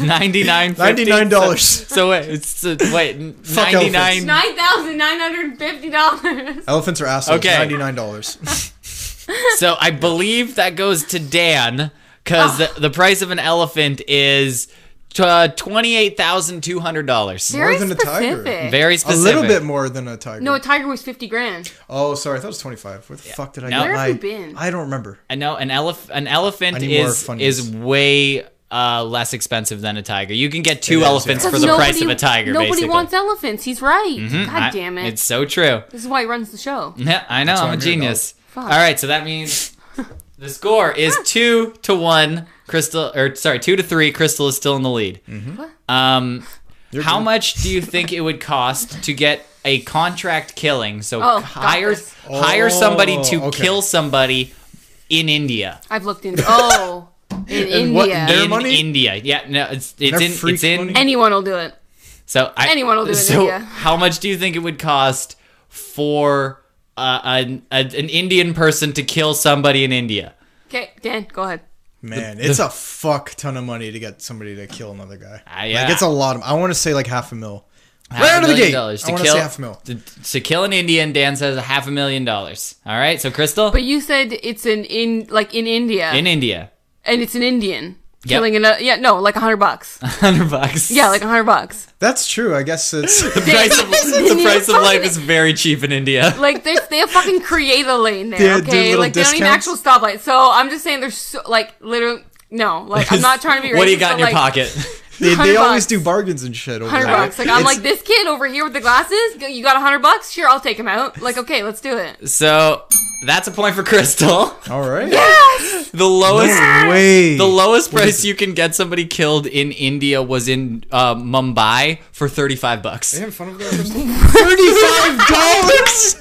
ninety nine.
$99.
So, so wait, it's, uh, wait,
*laughs* Fuck
ninety nine.
*laughs* Nine thousand nine hundred fifty dollars.
Elephants are assholes.
Okay.
$99.
So I believe that goes to Dan because the, the price of an elephant is uh, twenty-eight thousand two hundred dollars.
Very
than a tiger.
specific.
Very
A
specific.
little bit more than a tiger.
No, a tiger was fifty grand.
oh, sorry. I thought it was 25. Where the fuck did I
No.
get
Where
my...
have you been?
I don't remember.
I know an elef- an elephant
I need more
is
funnies.
is way uh, less expensive than a tiger. You can get two
It is,
elephants
yeah.
for
Because
the
nobody-
price of a tiger.
Nobody
basically. Mm-hmm.
wants elephants. He's right.
I-
God damn it.
It's Mm-hmm. so true. *laughs*
This is why he runs the show.
Yeah, I know.
why
I'm a
I'm here, dog.
genius.
Fuck. Ah.
All right, so that
*laughs*
means the score is two to one. Crystal, or sorry, two to three. Crystal is still in the lead.
Mm-hmm.
Um, how
good.
much do you think it would cost to get a contract killing? So
Oh, got
hire
this.
hire somebody to
Oh, okay.
kill somebody in India.
I've
*laughs*
looked into. Oh, in
And what-
India,
Their
in
money?
India, yeah, no, it's it's
Their
in
freak
it's in.
money?
anyone will do it.
So I,
Anyone will do it in
So
India.
how much do you think it would cost for uh, an a, an Indian person to kill somebody in India?
Okay, Dan, go ahead.
Man, it's a fuck ton of money to get somebody to kill another guy.
Ah, yeah.
Like, it's a lot of... I want to say like half a mil. right
Half a
out of the
million
gate.
dollars
I
to
want to
kill
say half a mil.
To, to kill an Indian, Dan says a half a million dollars. All right, so Crystal
But you said it's an in like in India,
in India, *laughs*
and it's an Indian killing another. Yeah, no, like a hundred
*laughs*
bucks.
hundred bucks.
Yeah, like a hundred bucks.
That's true. I guess it's...
*laughs* the price
*laughs*
of, the price of life is very cheap in India.
Like they they fucking create a lane there,
They do
okay?
little
Like they don't even
discounts?
actual stoplights. So I'm just saying, there's so, like literally no. Like *laughs* I'm not trying to be.
*laughs*
Racist,
What do you got in your
but, like,
pocket?
They, they
100
always
bucks.
do bargains and shit over
Hundred
there.
bucks. Like I'm
It's-
like this kid over here with the glasses. You got a hundred bucks? Sure, I'll take him out. Like okay, let's do it.
So that's a point for Crystal.
All right.
Yes.
The lowest.
No way.
The lowest price you can get somebody killed in India was in uh, Mumbai for thirty-five bucks.
having fun over there?
*laughs*
Thirty-five dollars.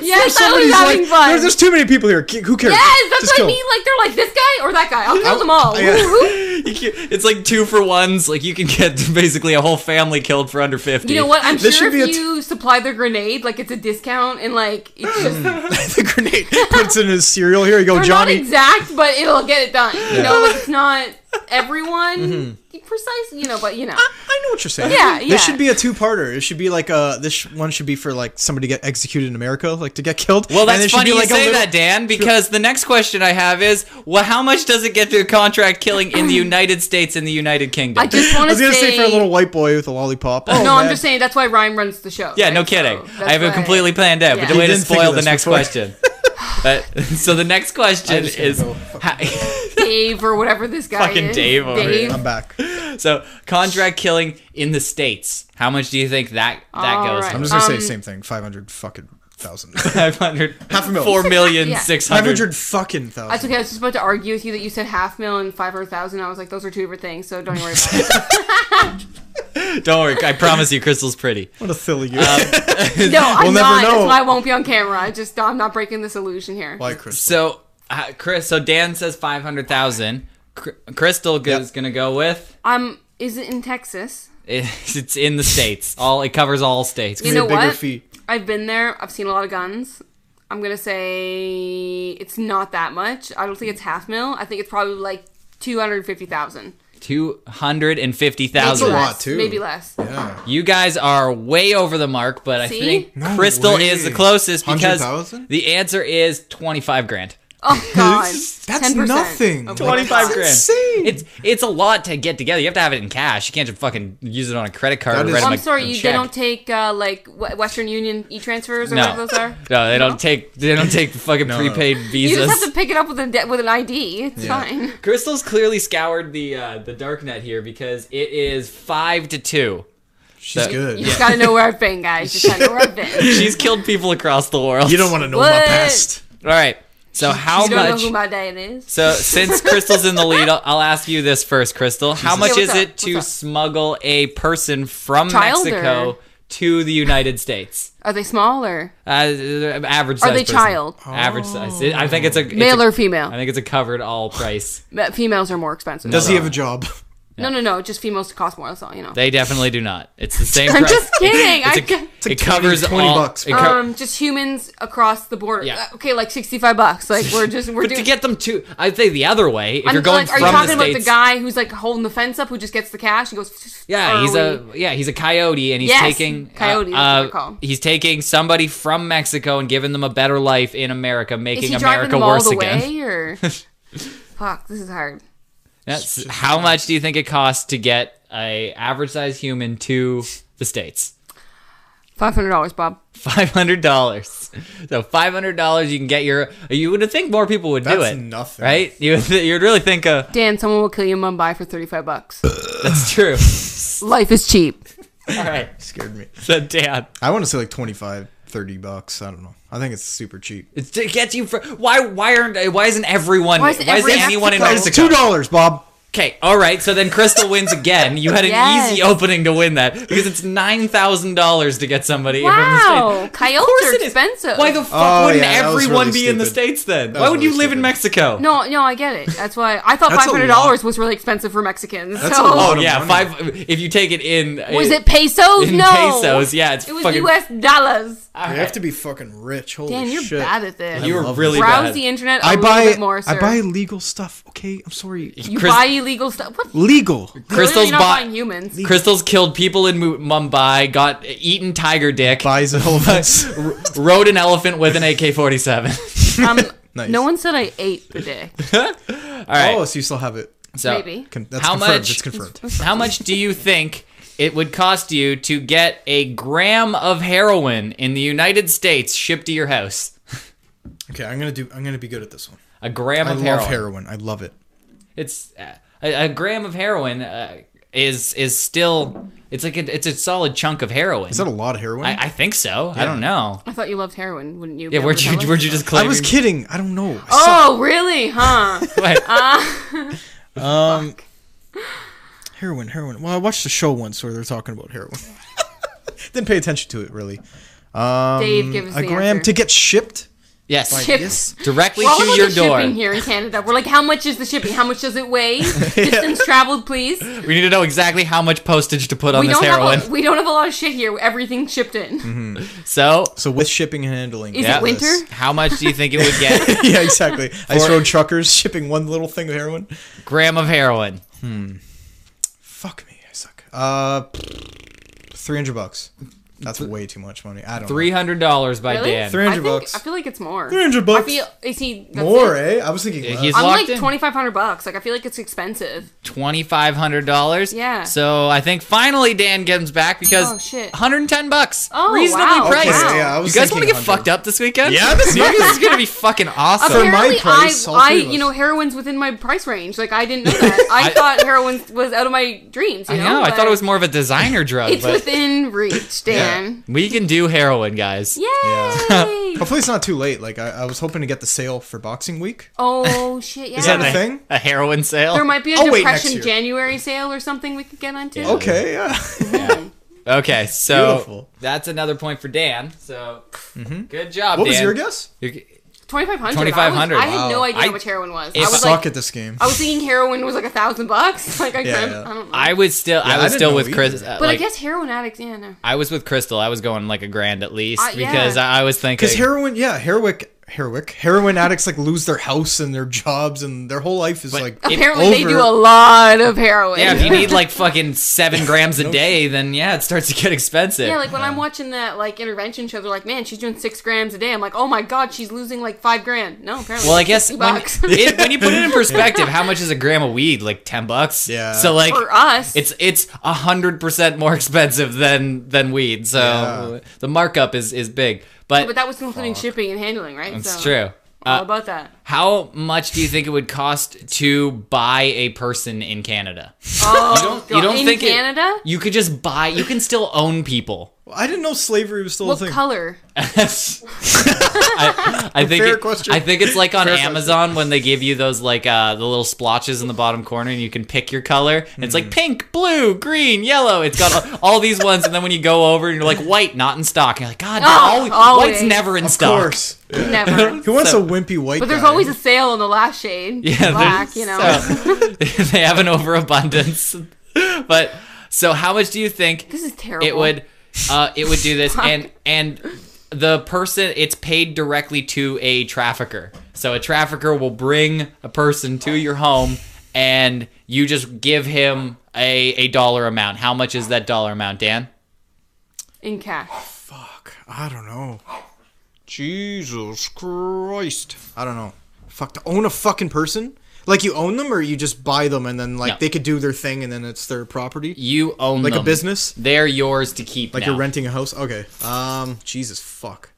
Yes, I was
Somebody's
having
like,
fun.
There's, there's too many people here. Ki- Who cares?
Yes, that's
Just
what
kill.
I mean. Like they're like this guy or that guy. I'll kill
I- uh,
them all.
yeah.
Woo,
*laughs*
woo.
You can't- it's like two for ones. Like you can get *laughs* basically a whole family killed for under fifty.
You
*laughs*
know what? I'm
This
sure
should be a
if
t-
you supply the grenade, like it's a discount and like
*gasps*
it's just they're
the grenade
*laughs*
puts it in his cereal. Here you go,
not
Johnny.
exact, but it'll get it done. You know, like it's not everyone
Mm-hmm.
precise. You know, but you know,
I know what you're saying.
Yeah, yeah.
This should be a two-parter. It should be like uh, this sh- one should be for like somebody to get executed in America, like to get killed.
Well,
And
that's
it should
funny
be
you
like a
say
little-
that, Dan, because the next question I have is, well, how much does it get to a contract killing
*clears throat*
in the United States and the United Kingdom?
I just
I
want to
was
say.
gonna say for a little white boy with a lollipop. Oh,
no, I'm
man.
just saying that's why Ryan runs the show.
yeah,
right?
no
So
kidding.
that's
I have it
why-
completely planned out, but
Yeah.
the way
You
to
didn't think
spoil
of
the
this
next
before.
question. *laughs* Uh, so the next question
just gotta
is,
go
*laughs* ha-
Dave or whatever this guy
Fucking
is.
Dave over here.
I'm back.
so contract killing in the states. How much do you think that that
All
goes?
right.
for?
I'm just gonna say the same thing. Five hundred fucking
*laughs*
thousand.
Five hundred,
Half a mil.
four million,
Yeah.
six
Five
hundred.
hundred fucking thousand.
That's okay. I was just about to argue with you that you said half mil and five hundred thousand. I was like, those are two different things, so don't worry about it.
Don't worry, I promise you, Crystal's
*laughs*
pretty.
What a silly
Um,
you.
No, I'm
*laughs* We'll never
not.
know.
That's why I won't be on camera. I just I'm not breaking this illusion here.
Why,
*laughs*
Chris?
So, uh, Chris, so Dan says five hundred thousand. Cr- Crystal go-
Yep.
is gonna go with
Um, is it in Texas?
it's in the states. All it covers all states.
You
me a
know
bigger
what?
fee.
I've been there. I've seen a lot of guns. I'm gonna say it's not that much. I don't think it's half mil. I think it's probably like two hundred fifty thousand.
Two hundred and fifty
That's a
thousand.
lot. too.
Maybe less.
Yeah.
You guys are way over the mark, but I
See?
think
No
Crystal
way.
is the closest because
100,000?
the answer is twenty-five grand.
*laughs*
Oh god,
That's
10%
nothing.
of
Like,
what it
25
costs.
grand.
Insane.
It's it's a lot to get together. You have to have it in cash. You can't just fucking use it on a credit card.
That
or
is-
write
Well,
them
I'm
a-
sorry,
a
you, they
check.
don't take uh, like we- Western Union e-transfers or
No. *laughs*
whatever those are.
No, they
No?
don't take they don't take *laughs* fucking
No, no.
prepaid
You
visas.
just have to pick it up with a de- with an ID. It's
Yeah.
*laughs*
fine.
Crystal's clearly scoured the uh, the dark net here because it is five to two.
She's
So-
good.
You just gotta know where I've been, guys. You Just gotta know where
*laughs*
I've been.
She's killed people across the world.
You don't want to know my
What?
past.
All right. So how
You don't know
much?
who my dad is. *laughs*
so since Crystal's in the lead, I'll, I'll ask you this first, Crystal. How much
Yeah,
is
what's up?
it
What's
to
up?
smuggle a person from
Child
Mexico
or-
to the United States?
Are they smaller?
Uh, average.
Are
size
they
person.
child?
Average size. It- I think it's a it's
Male
a-
or
I
female?
think it's a covered all price.
But females are more expensive.
Does he have a job? *laughs*
No, no, no. Just females cost more. That's all. You know.
They definitely do not. It's the same.
*laughs* I'm
price.
just kidding.
It's
I
a-
ca-
like
it covers
20
all.
bucks.
it co-
um, just humans across the border.
Yeah.
Uh, Okay, like sixty-five bucks. Like we're just we're
But
doing.
to get them to, I'd say the other way. If
I'm
you're going
like, are
from
you talking
the
about
states,
the guy who's like holding the fence up, who just gets the cash and goes?
yeah,
"Are
he's a
we-"
yeah, he's a coyote, and he's
Yes,
taking Uh,
coyote, that's what
uh,
they're called.
he's taking somebody from Mexico and giving them a better life in America,
Is
making
he
America *laughs*
driving them all
worse
the
again.
way or? Fuck, this is hard.
That's how much do you think it costs to get a average size human to the states?
Five hundred dollars, Bob.
Five hundred dollars. So five hundred dollars, you can get your. You would think more people would do
That's
it.
nothing.
right? You would th- you'd really think uh,
Dan, someone will kill you in Mumbai for
*laughs*
thirty-five bucks.
that's true.
Life is cheap.
All right,
Scared me.
so Dan,
I want to say like 25, 30 bucks. I don't know. I think it's super cheap.
it's, it gets you for why? Why aren't? Why isn't everyone?
Why
Why,
isn't
isn't
everyone-
anyone in
Mexico.
It's
Mexico?
two dollars, Bob.
Okay, all right. So then Crystal wins again. You had an
*laughs* Yes.
easy opening to win that because it's nine thousand dollars to get somebody from the
Wow,
states. Of
coyotes
course
are
it is.
expensive.
Why the fuck
Oh,
wouldn't
yeah, that was
everyone be
really
in the
stupid.
states then?
That
Why
was
would you
really
live in
stupid.
Mexico?
No, no, I get it. That's why I thought
That's
five
a
hundred dollars was really expensive for Mexicans.
That's a
so
lot.
Oh
of
yeah,
money.
five. If you take it in,
was it pesos?
in
no,
pesos? Yeah, it's
It was
fucking.
U.S. dollars.
All
You
right.
have to be fucking rich. Holy
Dan, you're
shit.
bad at this.
You were
love it.
really
Browse
bad.
the internet. I
I buy
bit more, sir.
I buy legal stuff. Okay, I'm sorry.
You
Chris-
buy illegal stuff. What?
Legal.
Crystal's
Clearly not
bought
*laughs*
buying humans.
Crystal's killed people in Mu- Mumbai, got eaten tiger dick,
Buys a
*laughs*
whole bunch.
r- rode an elephant with an AK-47.
Um,
Nice.
No one said I ate the dick.
*laughs* All right.
Oh, so you still have it.
so
Maybe.
Con- that's
How
confirmed.
much-
It's confirmed.
how much do you think it would cost you to get a gram of heroin in the United States shipped to your house?
Okay, I'm gonna do. I'm gonna be good at this one.
A gram
I
of
love
heroin.
heroin. I love it.
It's uh, a, a gram of heroin uh, is is still it's like a, it's a solid chunk of heroin.
Is that a lot of heroin?
I, I think so. I don't know.
I thought you loved heroin, wouldn't you?
Yeah,
Be
where'd
able
you
to tell
where'd
us?
you just
I
claim?
was kidding. I don't know. I
Oh, really? Huh?
Wait.
suck. um, heroin, heroin. Well, I watched a show once where they're talking about heroin. *laughs* Didn't pay attention to it really. Um,
Dave, give us
a
the
gram
answer.
to get shipped.
*laughs* yes.
Shipped.
Yes.
Directly
We're all
to
about
your
the
door.
shipping here in Canada. We're like, how much is the shipping? How much does it
*laughs*
weigh? Distance traveled, please.
We need to know exactly how much postage to put on
We
this
don't
heroin.
have a, we don't have a lot of shit here. Everything's shipped in.
so,
So with shipping and handling.
Is
Yeah.
it winter?
how much do you think it would
*laughs*
get?
*laughs* yeah, exactly. Ice road truckers shipping one little thing of heroin.
Gram of heroin.
Fuck me, I suck. Uh, three hundred bucks. That's way too much money. I don't.
Three hundred dollars by
Really?
Dan.
Three- 300
I think-
bucks.
I feel like it's more.
300 bucks.
I feel. Is he that's
know. more,
it.
eh? I was thinking.
Yeah,
less.
he's-
I'm
Locked
like
in.
twenty five hundred bucks. Like I feel like it's expensive.
Twenty five hundred dollars.
Yeah.
So I think finally Dan comes back because
Oh, shit.
one hundred and ten bucks.
Oh,
reasonably
wow.
priced.
Okay,
yeah, I was
you guys want to
thinking
get
100.
fucked up this weekend?
Yeah, this
this is gonna be
*laughs*
fucking awesome.
For my
Apparently,
price, all
I, I
three of
you
us.
know, heroin's within my price range. Like I
*laughs*
didn't know that. I, thought heroin was out of my dreams. You
I know. I
but
thought it was more of a designer drug,
*laughs* It's
but
within reach, Dan.
we can do heroin, guys.
Yay!
Hopefully, it's not too late. Like I, I was hoping to get the sale for Boxing Week.
oh shit! Yeah.
Is that
A, Oh,
a thing?
a heroin sale.
There might be a
I'll wait next
depression
year.
January sale or something we could get onto.
Yeah.
Okay, yeah. *laughs*
Okay, so
Beautiful. Mm-hmm.
that's another point for Dan. So good job.
what was
Dan.
your guess?
You're-
Twenty five hundred.
2500,
I, was- I had no
wow.
idea
I-
how much heroin was.
it
I was
Suck
like,
at this game.
I was thinking heroin was like a thousand bucks. *laughs* Like I,
Yeah,
couldn't-
yeah.
I don't know.
I was still. I
I
was
didn't
still
know
with
either.
Chris. Uh,
but
like,
I guess heroin addicts. Yeah, no.
I was with Crystal. I was going like a grand at least
Uh, yeah.
because I, I was thinking.
Because heroin, yeah, heroin, heroin, heroin addicts like lose their house and their jobs and their whole life is like.
it-
Apparently, they
over-
do a lot of heroin.
yeah, if
*laughs*
you need like fucking
*laughs*
seven grams a day, then yeah, it starts to get expensive.
Yeah, like when I'm watching that like intervention show, they're like, "Man, she's doing six grams a day." I'm like, "Oh my god, she's losing like five grand." No, apparently.
well, I
it's
guess
60
when,
bucks.
it, when you put
*laughs*
it in perspective, how much is a gram of weed? Like ten bucks.
Yeah.
So *laughs* like
*laughs* for us,
It's it's a hundred percent more expensive than than weed. So
Yeah.
the markup is is big. But,
but that was including shipping and handling, right?
it's
So,
true.
All
Uh,
about that.
How much do you think it would cost to buy a person in Canada?
Oh,
You don't
in
think it-
Canada?
you could just buy. You can still own people. *laughs*
I didn't know slavery was still
what
a thing.
color?
I, I think
Fair
it-
question.
I think it's like on
Fair
Amazon when they give you those like uh, the little splotches in the bottom corner and you can pick your color. And It's
Hmm.
like pink, blue, green, yellow. It's got all, all these ones, and then when you go over and you're like white, not in stock. And you're like, God,
Oh,
they're always, white's
always.
never in
Of
stock.
course.
Never.
Who wants a wimpy white?
But there's
guy?
always a sale on the last shade.
Yeah,
black,
they're-
you know.
so- *laughs* they have an overabundance. but so, how much do you think
This is terrible.
it would uh, it would do
*laughs*
this and and the person it's paid directly to a trafficker so a trafficker will bring a person to your home and you just give him a, a dollar amount how much is that dollar amount dan
in cash.
Fuck. I don't know. Jesus Christ. I don't know. Fuck to own a fucking person. Like you own them, or you just buy them, and then like
No.
they could do their thing, and then it's their property.
You own
Like a
them.
business?
They're yours to keep.
Like
now.
you're renting a house. Okay. Um. Jesus fuck.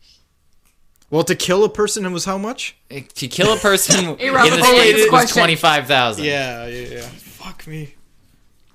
Well, to kill a person it was how much?
to kill a person in the
*laughs* Irrelevant.
states
It's a
it was
question.
twenty five thousand.
Yeah, yeah, yeah. Fuck me.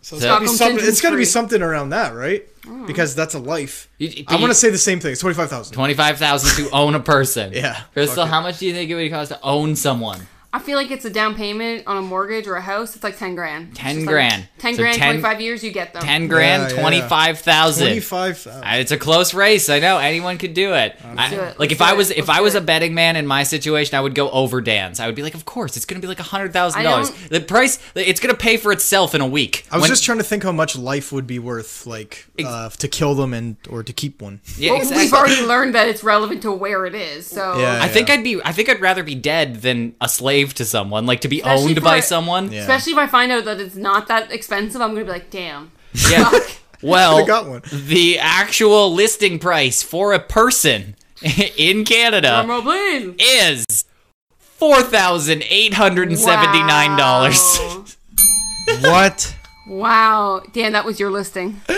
So it's
So-
gotta be
Stockholm
something.
Syndrome's
It's gotta be
free.
something around that, right? Because that's a life.
You- you- but
I want
you-
to say the same thing. It's twenty five thousand.
Twenty five thousand to own a person.
*laughs* Yeah,
Crystal,
fuck it.
how much do you think it would cost to own someone?
I feel like it's a down payment on a mortgage or a house. It's like ten grand. It's
10
just like
grand.
ten
So
grand.
10
Twenty-five years, you get them.
Ten grand,
Yeah, yeah.
twenty five
Twenty
thousand.
five thousand.
I- It's a close race. I know anyone could do it. I-
do it.
Like
Let's
if
do
I
it.
was if
Let's
I
do
was a
it.
betting man in my situation, I would go over Dan's. I would be like, of course, it's gonna be like hundred thousand dollars.
I don't-
The price, it's gonna pay for itself in a week.
I was
When-
just trying to think how much life would be worth, like
Ex-
uh, to kill them and or to keep one. *laughs*
yeah,
Well,
exactly.
We've already learned that it's relevant to where it is. So
Yeah.
I think I'd be. I think I'd rather be dead than a slave to someone. Like to be
Especially
owned by
for-
someone.
Yeah.
especially if I find out that it's not that expensive, I'm gonna be like, damn.
Yeah.
I
Well, *laughs*
got one.
the actual listing price for a person *laughs* in
I'm
Canada
all blame.
is four thousand eight hundred and seventy nine dollars.
Wow.
what?
Wow, Dan, that was
*laughs*
your listing.
*laughs*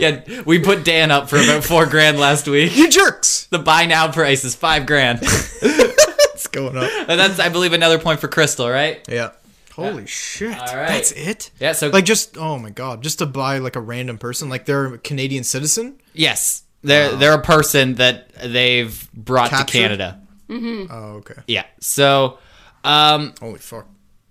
yeah, we put Dan up for about four grand last week.
You jerks!
The buy now price is five grand.
It's going up.
And that's, I believe, another point for Crystal, right?
Yeah. Holy shit!
All right.
That's it.
Yeah. So
Like just oh my god, just to buy like a random person, like they're a Canadian citizen.
yes, they're they're a person that they've brought
Captured?
to Canada.
Oh okay.
Yeah. So. Um,
Holy fuck.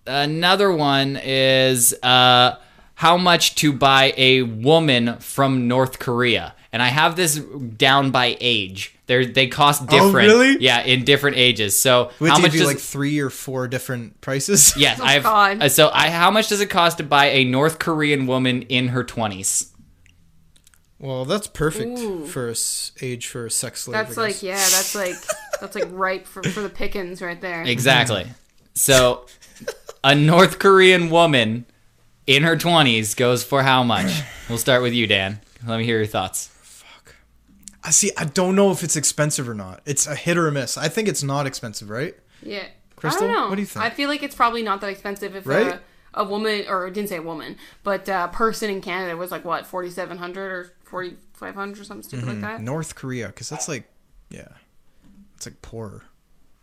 another one is uh, how much to buy a woman from North Korea. And I have this down by age. They they cost different.
Oh, really?
Yeah, in different ages. So
Wait,
how
do you
much
do
does
like three or four different prices?
Yes,
Oh,
I've
God.
uh, so I how much does it cost to buy a North Korean woman in her 20s?
*laughs* Well, that's perfect
Ooh.
for a s- age for a sex slave.
That's
I
like
guess.
yeah, that's like that's like ripe for, for the pickings right there.
Exactly. So a North Korean woman in her 20s goes for how much? We'll start with you, Dan. Let me hear your thoughts.
I see. I don't know if it's expensive or not. It's a hit or a miss. I think it's not expensive, right?
Yeah.
Crystal,
I don't know.
what do you think?
I feel like it's probably not that expensive if
Right?
a, a woman or I didn't say woman, but uh, a person in Canada was like what, 4700 or 4500 or something stupid
Mm-hmm.
like that.
North Korea, because that's like, yeah, it's like poorer.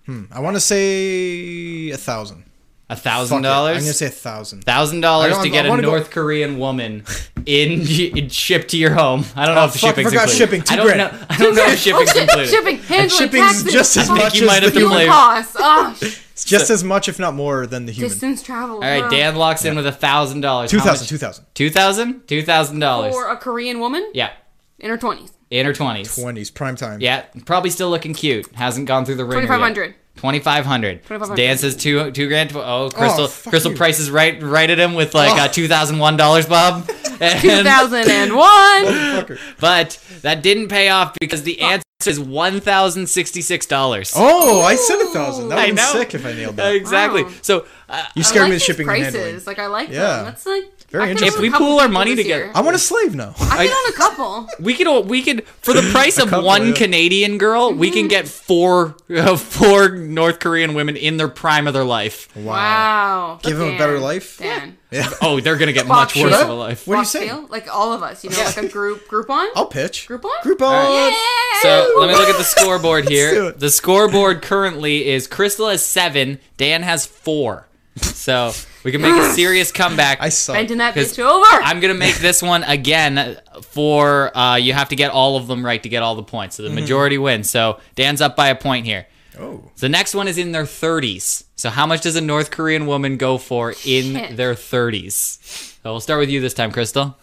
Hmm. I want to say a thousand.
A
Fuck it.
thousand
I'm
dollars?
gonna say a thousand.
thousand
I
dollars
don't-
to get
I
a
wanna go-
North Korean woman in, in shipped to your home. I don't know if the
Oh, fuck, I
shipping's
forgot
included.
shipping, two
I don't
grand.
know. I don't know if
*laughs*
*laughs*
shipping's
oh, shit,
included.
shipping, handling,
shipping's
taxes,
just as
oh,
I
much.
think you might have
the
been
fuel
blamed.
costs. Oh, sh-
It's just as much, if not more, than the human.
distance travel.
All right, Dan locks in with a thousand dollars.
Two thousand. Two thousand.
Two thousand. Two thousand dollars.
For a Korean woman
Yeah,
in her 20s.
in her twenties.
Twenties. Prime time.
Yeah, probably still looking cute. Hasn't gone through the ringer. *laughs*
2500.
Twenty five hundred.
2500.
Dan says two two grand. tw- Oh, Crystal
fuck
Crystal
you.
prices right right at him with like
Oh.
uh, two thousand one dollars, Bob. And-
*laughs*
2001.
Fucker.
But that didn't pay off because the answer is one thousand sixty six dollars.
Oh, I said a thousand. That
I
would
know.
sick if I nailed
Uh,
that.
exactly.
Wow.
So uh,
You
I
scared
like
me with
these
shipping
prices.
and handling.
Like I like
Yeah.
them. That's like
Very
I could
interesting.
own a
If we
couple
pool our
people
money
this
together-
year.
I want a slave now.
I could own a couple.
we could all- we could for
*laughs*
the price of
couple,
one
yeah.
Canadian girl, we can
*laughs*
get four uh, four North Korean women in their prime of their life.
Wow.
Give
But
him a better
Dan,
life?
Dan.
*laughs* Yeah.
Oh, they're gonna get
Fuck
much
you.
worse
Should
of a
I?
life.
What do you
Fuck
say? Oh.
feel? Like all of us, you know, like a group group on?
I'll pitch.
Groupon?
Groupon.
Alright.
Yeah.
So let me look at the scoreboard
do
here.
it.
The scoreboard currently is Crystal has seven, Dan has four. So we can make
*laughs*
a serious comeback.
I saw.
*laughs* Bending that
'Cause
bitch over.
*laughs* I'm gonna make this one again for uh, you have to get all of them right to get all the points.
Mm-hmm.
So the majority wins. So Dan's up by a point here.
Oh.
So the next one is in their 30s. So how much does a North Korean woman go for in
Shit.
their 30s? So we'll start with you this time, Crystal.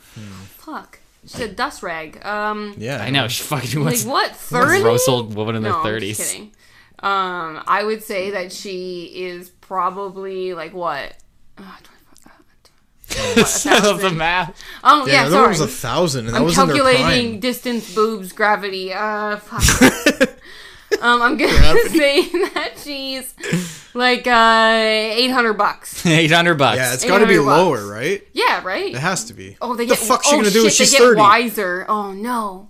Fuck. She's a dust rag. Um,
Yeah.
I know she fucking *laughs*
like
was
what?
a
Thirty?
gross old woman in
no,
their
I'm
*laughs*
just
30s.
kidding. Um, I would say that she is probably like what? Ah, 25,
I love the math.
Oh
Yeah,
yeah,
that
sorry.
was a thousand, and that
I'm
was in their
calculating
prime.
distance, boobs, gravity. Uh, fuck.
*laughs*
um, I'm gonna *laughs* say that she's like uh
*laughs*
800 bucks.
800 bucks.
Yeah, it's got to be
800 bucks.
lower, right?
Yeah, right.
It has to be.
Oh, they
the
get
fuck's she
oh,
gonna do?
shit,
if She's
they get
thirty. *laughs*
wiser. Oh no,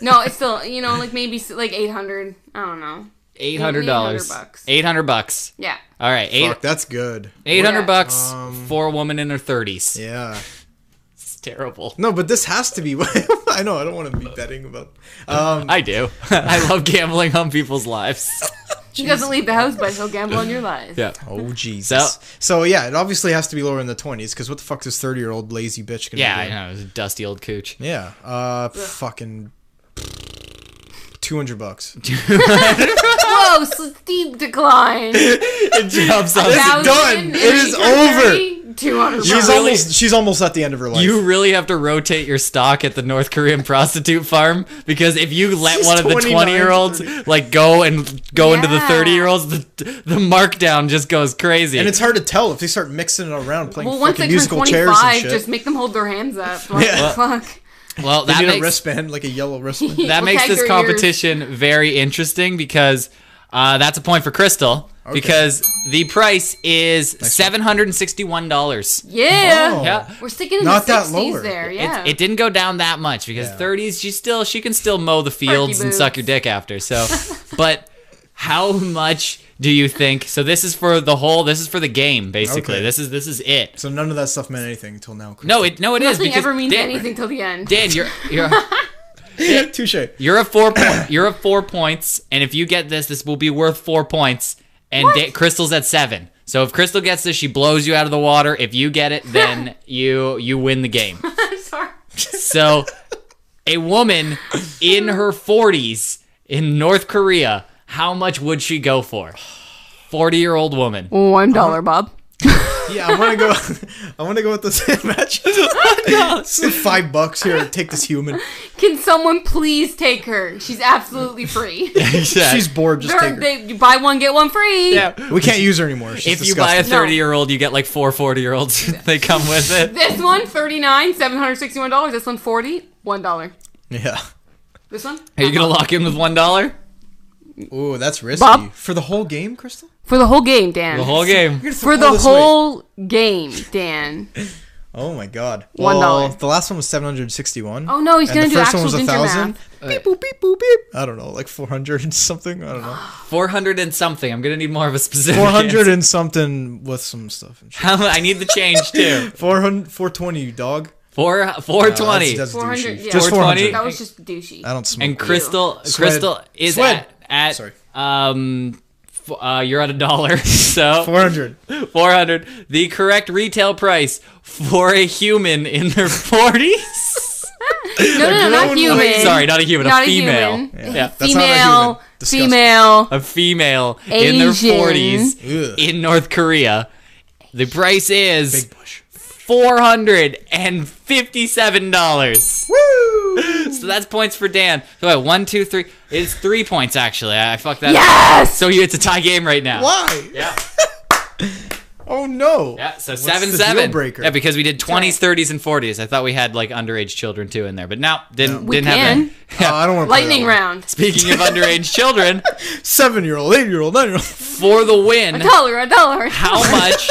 no, it's still you know like maybe s- like eight hundred. I don't know.
eight hundred dollars,
bucks.
eight hundred bucks.
Yeah.
All right, eight
Fuck, that's good.
eight hundred
Yeah.
bucks for a woman in her thirties.
Yeah.
It's terrible.
No, but this has to be. *laughs* I know. I don't want to be betting about. Um,
I do. *laughs* I love gambling on people's lives.
He doesn't leave the house, but he'll gamble on your life.
Yeah.
oh Jesus. So, yeah, it obviously has to be lower in the twenties because what the fuck is thirty year old lazy bitch gonna
*laughs* Yeah,
do?
I know. It was a dusty old *laughs* cooch.
Yeah. Uh, fucking two
*laughs*
hundred bucks.
Whoa, steep decline.
It jumps on
That- done. It is
Two hundred.
She's
really-
almost. She's almost at the end of her
*laughs*
life.
You really have to rotate your stock at the North Korean *laughs* prostitute farm because if you let
She's
one of the
29
20-year-olds like go and go into the
Yeah.
30-year-olds, the, the markdown just goes crazy.
and it's hard to tell if they start mixing it around, playing
Well, once
fucking
they turn
musical chairs and
twenty-five,
shit.
just make them hold their hands up.
*laughs*
Like,
Yeah.
fuck.
well,
they
that
need a
makes
wristband, like a yellow
*laughs*
wristband.
that
We'll
makes
tag
this
your ears.
competition very interesting because uh, that's a point for Crystal because the price is $761.
Yeah.
Oh.
Yeah.
We're sticking in
Not
the
that
60s
lower.
there.
It-
Yeah.
It, didn't go down that much because 30s she still she can still mow the fields and
boobs.
suck your dick after.
*laughs*
So, but how much do you think? So this is for the whole this is for the game basically.
Okay.
This is this is it.
so none of that stuff meant anything until now.
No, it no it is
Nothing
because
ever means
Dan,
anything till the end.
Dan, you're you're
*laughs* touche.
you're a four point you're a four points and if you get this this will be worth 4 points and Da- Crystal's at 7. So if Crystal gets this she blows you out of the water. If you get it
*laughs*
then you you win the game.
I'm *laughs* sorry.
So, a woman in her 40s in North Korea, how much would she go for? 40 year old woman.
One dollar,
Uh-huh.
Bob.
Yeah, I want to go. *laughs* I want to go with this *laughs* match. It's like Five bucks here. Take this human.
Can someone please take her? She's
*laughs*
absolutely free.
*laughs* She's bored. Just
They're-
take her.
they, you buy one, get one free.
We can't use her anymore. She's
If you buy a
disgusting.
No.
30 year old, you get like four 40 year olds. *laughs* they come with it.
This one, $39, $761. This one, 40 $1.
yeah.
This one?
Are you going to lock in with $1?
Ooh, that's risky
Bob?
for the whole game, Crystal.
For the whole game, Dan.
The whole game.
For
All
the
Oh, this way.
whole game, Dan.
Oh my god.
One
Well,
dollar.
the last one was 761.
Oh, no, he's
and the
gonna do
first
actual
one was a
ginger
thousand.
math.
Beep boop beep boop beep. I don't know, like 400 and something. I don't *laughs* know.
400 and something. I'm going to need more of a specific.
400
answer. *laughs*
and something with some stuff and shit.
How mu- I need the change too.
400 420, you dog.
Four,
No, that's-
420.
that's
400,
douchey.
yeah.
Just
420.
400.
That was just douchey.
I don't smoke.
and Crystal,
Swed.
Crystal is
Swed.
at, at
Sorry.
um, f- uh, you're at a dollar. *laughs* So
400.
400 the correct retail price for a human in their *laughs* 40s
no, no, no,
grown
not human.
lady.
sorry not a human
Not
a
a
female
human.
Yeah.
That's not a human.
Female,
Disgusting.
female.
a female in their
Asian.
40s
Ugh.
in north korea the price is
Big bush.
$457 *laughs*
Woo!
so that's points for dan so wait, one two three it's three points actually i, I fucked that up
Yes!
so you it's a tie game right now
Why?
yeah
Oh no.
Yeah, so
What's
seven
the
seven.
Deal breaker.
Yeah, because we did twenties, thirties, and forties. I thought we had like underage children too in there, but no, didn't
We
didn't have
can.
that.
Uh, I don't want to
Lightning round.
Speaking of underage children,
Seven year old, eight year old, nine year old.
for the win,
Dollar, a dollar.
how much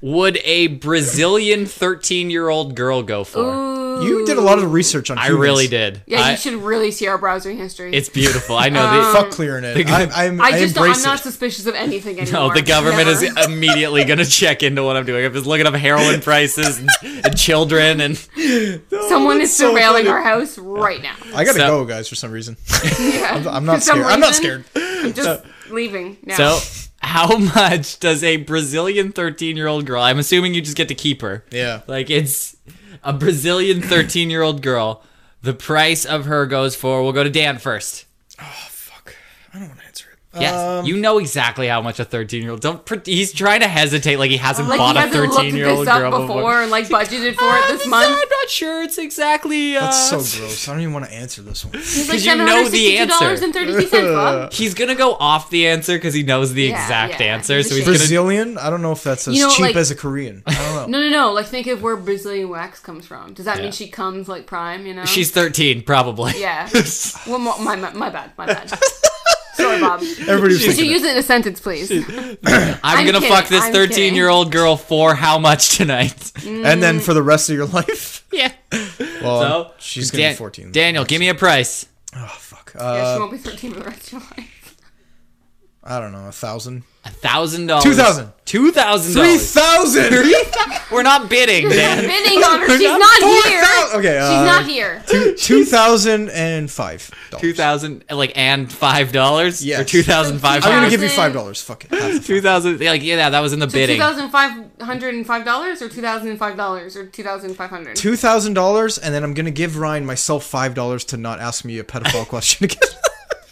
would a Brazilian thirteen-year-old girl go for?
Ooh.
You did a lot of research on.
I
humans.
really did.
Yeah,
I-
you should Oh. really see our browser history.
It's beautiful. I know the
Fuck clearing
*laughs*
it. I, I'm,
Um, I just don't,
embrace
I'm not
it.
suspicious of anything anymore.
No, the government
Never.
is
*laughs*
immediately going to check into what I'm doing. I'm just looking up heroin prices and, and children and
Someone
That's
is
Oh, so
surveilling
funny.
our house
*laughs*
right now.
I gotta
So-
go, guys, for some reason.
*laughs* Yeah.
I'm, I'm
For
not
some
scared. I'm not
reason,
scared.
I'm just leaving now.
So, how much does a Brazilian 13 year old girl? I'm assuming you just get to keep her.
Yeah.
Like, it's a Brazilian 13 year old girl. The price of her goes for, we'll go to Dan first.
Fuck. I don't want to answer it.
Yes.
Um,
you know exactly how much a 13 year old. Don't, pre- he's trying to hesitate like he hasn't
like
bought
you
a
guys have looked
13 year
this
old girl Oh,
up
before.
before,
*laughs*
and like budgeted for
I'm
it this
just-
month.
I'm not sure it's exactly. Uh,
that's so gross. I don't even want to answer this one.
It's like
Because you know the answer. *laughs*
$762.32, Bob.
He's gonna go off the answer because he knows the
Yeah,
exact
yeah.
answer, so he's gonna
Brazilian? I don't know if that's as
You know,
cheap
like-
as a Korean. I don't know.
No, no, no. Like think of where Brazilian wax comes from. Does that
Yeah.
mean she comes like prime? You know.
She's 13, probably.
yeah.
*laughs*
well, mo- my, my my bad, my bad.
*laughs*
Sorry, Bob.
Everybody was
Could you
thinking
use it in a sentence, please?
I'm,
I'm
gonna
kidding,
fuck this
I'm
13
kidding.
year old girl for how much
*laughs*
tonight?
it. And then for the rest of your *laughs* life?
yeah.
Well,
So
she's going to
Dan-
be 14.
Daniel, give me a price.
Oh, fuck.
yeah, she
Uh,
won't be thirteen for the rest of her life.
I don't know, a thousand.
A thousand dollars.
$2,000.
Two thousand
Three
dollars.
thousand.
We're not bidding,
*laughs*
*laughs*
I'm
Dan.
bidding on her. She's
Not
not
four
here.
thou- okay,
She's
uh,
not here.
Two thousand and five.
Two thousand, like, and five dollars.
Yes.
Or two thousand five
I'm gonna
dollars.
give you five dollars. Fuck it. Half the
Two thousand. Like, yeah, that was in the
Two
bidding.
thousand five hundred and five dollars, or two thousand five dollars, or two thousand five hundred.
two thousand dollars, and then I'm gonna give Ryan myself five dollars to not ask me a pedophile *laughs* question again.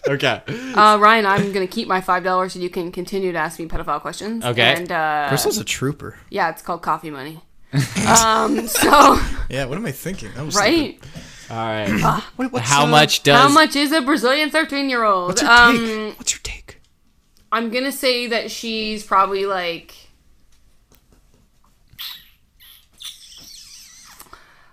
Okay.
Uh, Ryan, I'm gonna keep my five dollars, so you can continue to ask me pedophile questions.
Okay.
And uh,
Crystal's a trooper.
yeah, it's called
*laughs*
coffee money. um. So
Yeah, what am I thinking? That was stupid.
right,
All right.
What- what's,
How
uh,
much does?
how much is a Brazilian thirteen year old?
What's your
Um,
take? What's your take?
I'm gonna say that she's probably like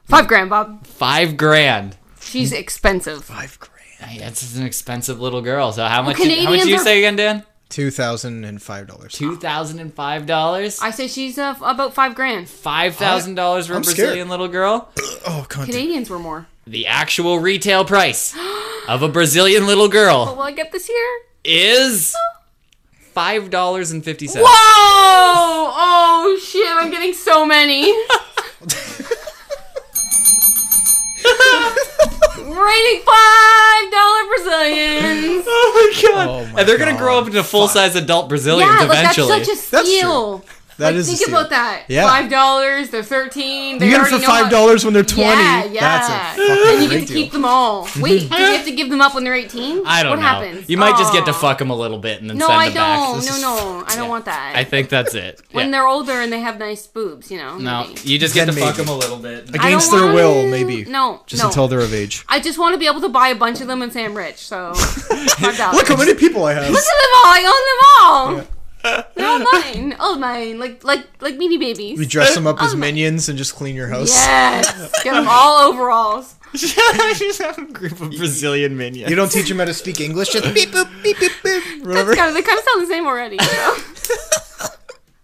five grand, Bob.
Five grand.
She's
Mm.
expensive.
Five grand.
Hey, That's an expensive little girl. So how much? how much
Canadians
did you
are-
say again, Dan?
Two thousand and five dollars.
Two thousand and five dollars.
I say she's uh, about five grand.
Five thousand dollars for a
I'm scared.
Brazilian little girl.
Oh, content.
Canadians were more.
The actual retail
*gasps*
price of a Brazilian little girl
Will I get this here?
is five dollars and fifty cents.
Whoa! Oh shit! I'm getting so many. Rating five dollar Brazilians.
Oh my god!
Oh my
and they're gonna
God.
grow up into full size adult Brazilians
yeah, like that's
eventually.
such a
That's true.
steal.
That
like,
is a
think
steal.
about that.
Yeah.
Five dollars. They're thirteen. They
You get them
already
for
know how-
five dollars when they're twenty.
Yeah, yeah.
That's a fucking
and you
great
get to
deal.
keep them all. Wait, do you have to give them up when they're eighteen?
I don't
what
know.
happens?
You might just get to
Aw.
fuck them a little bit and then
No,
send
I
them back.
don't.
This
No,
is-
no, I don't
Yeah.
want that.
I think that's it.
when
Yeah.
they're older and they have nice boobs, you know.
no,
maybe.
you just get to
Then
fuck
maybe.
them a little bit.
I don't
Against their
wanna-
will, maybe.
No,
Just
no.
until they're of age.
I just want to be able to buy a bunch of them and say I'm
*laughs*
rich. So five dollars.
Look how many people I have.
Look at them all. I own them all. They're all mine. All mine. Like like like meanie babies.
We dress them up as
Oh my-
minions and just clean your house. *laughs*
Yes. Get them all overalls.
*laughs* I just have a group of Brazilian minions.
You don't teach them how to speak English. Just beep boop beep beep boop.
That's
Remember?
kind of, they kind of sound the same already.
*laughs*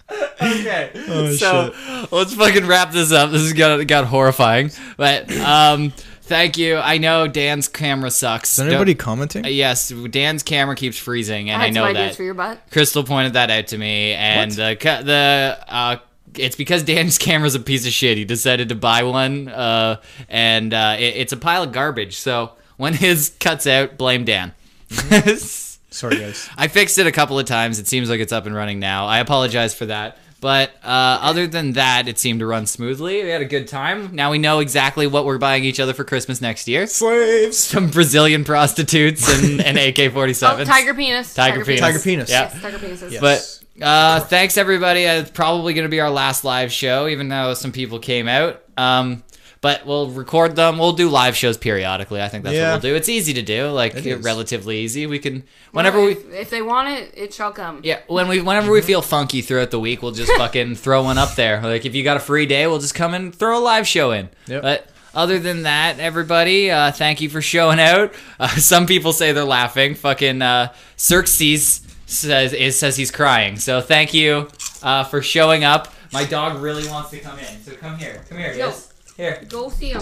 You know?
okay.
Oh,
so let's fucking wrap this up. This is got got horrifying. But um, thank you. I know Dan's camera sucks.
Is anybody
Don't- uh,
commenting?
Yes, Dan's camera keeps freezing, and I,
That's
know
what I do
that.
for your butt.
Crystal pointed that out to me, and the the the uh, it's because Dan's *laughs* camera's a piece of shit. He decided to buy one, uh, and uh, it, it's a pile of garbage. So when his cuts out, blame Dan. *laughs*
Sorry, guys.
I fixed it a couple of times. It seems like it's up and running now. I apologize for that. But uh, other than that, it seemed to run smoothly. We had a good time. Now we know exactly what we're buying each other for Christmas next year.
Slaves.
Some Brazilian prostitutes and,
*laughs*
and AK 47s.
Oh, tiger penis.
Tiger, penis.
Tiger penis.
Yeah.
Yes, tiger penises.
Yeah.
But uh, thanks everybody. Uh, It's probably going to be our last live show, even though some people came out. Um, but we'll record them. We'll do live shows periodically. I think that's
Yeah.
what we'll do. It's easy to do, like
It is.
relatively easy. We can whenever we.
if, if they want it, it shall come.
Yeah, when we whenever we feel funky throughout the week, we'll just fucking throw one up there. Like if you got a free day, we'll just come and throw a live show in.
Yep.
But other than that, everybody, uh, thank you for showing out. Uh, *laughs* some people say they're laughing. Fucking uh, Xerxes says is, says he's crying. So thank you uh, for showing up. My dog really wants to come in, so come here, come here,
Yo.
yes, here.
Go see them.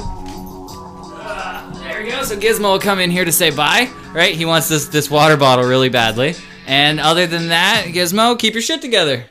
There we go. So Gizmo will come in here to say bye, right? He wants this this water bottle really badly. And other than that, Gizmo, keep your shit together.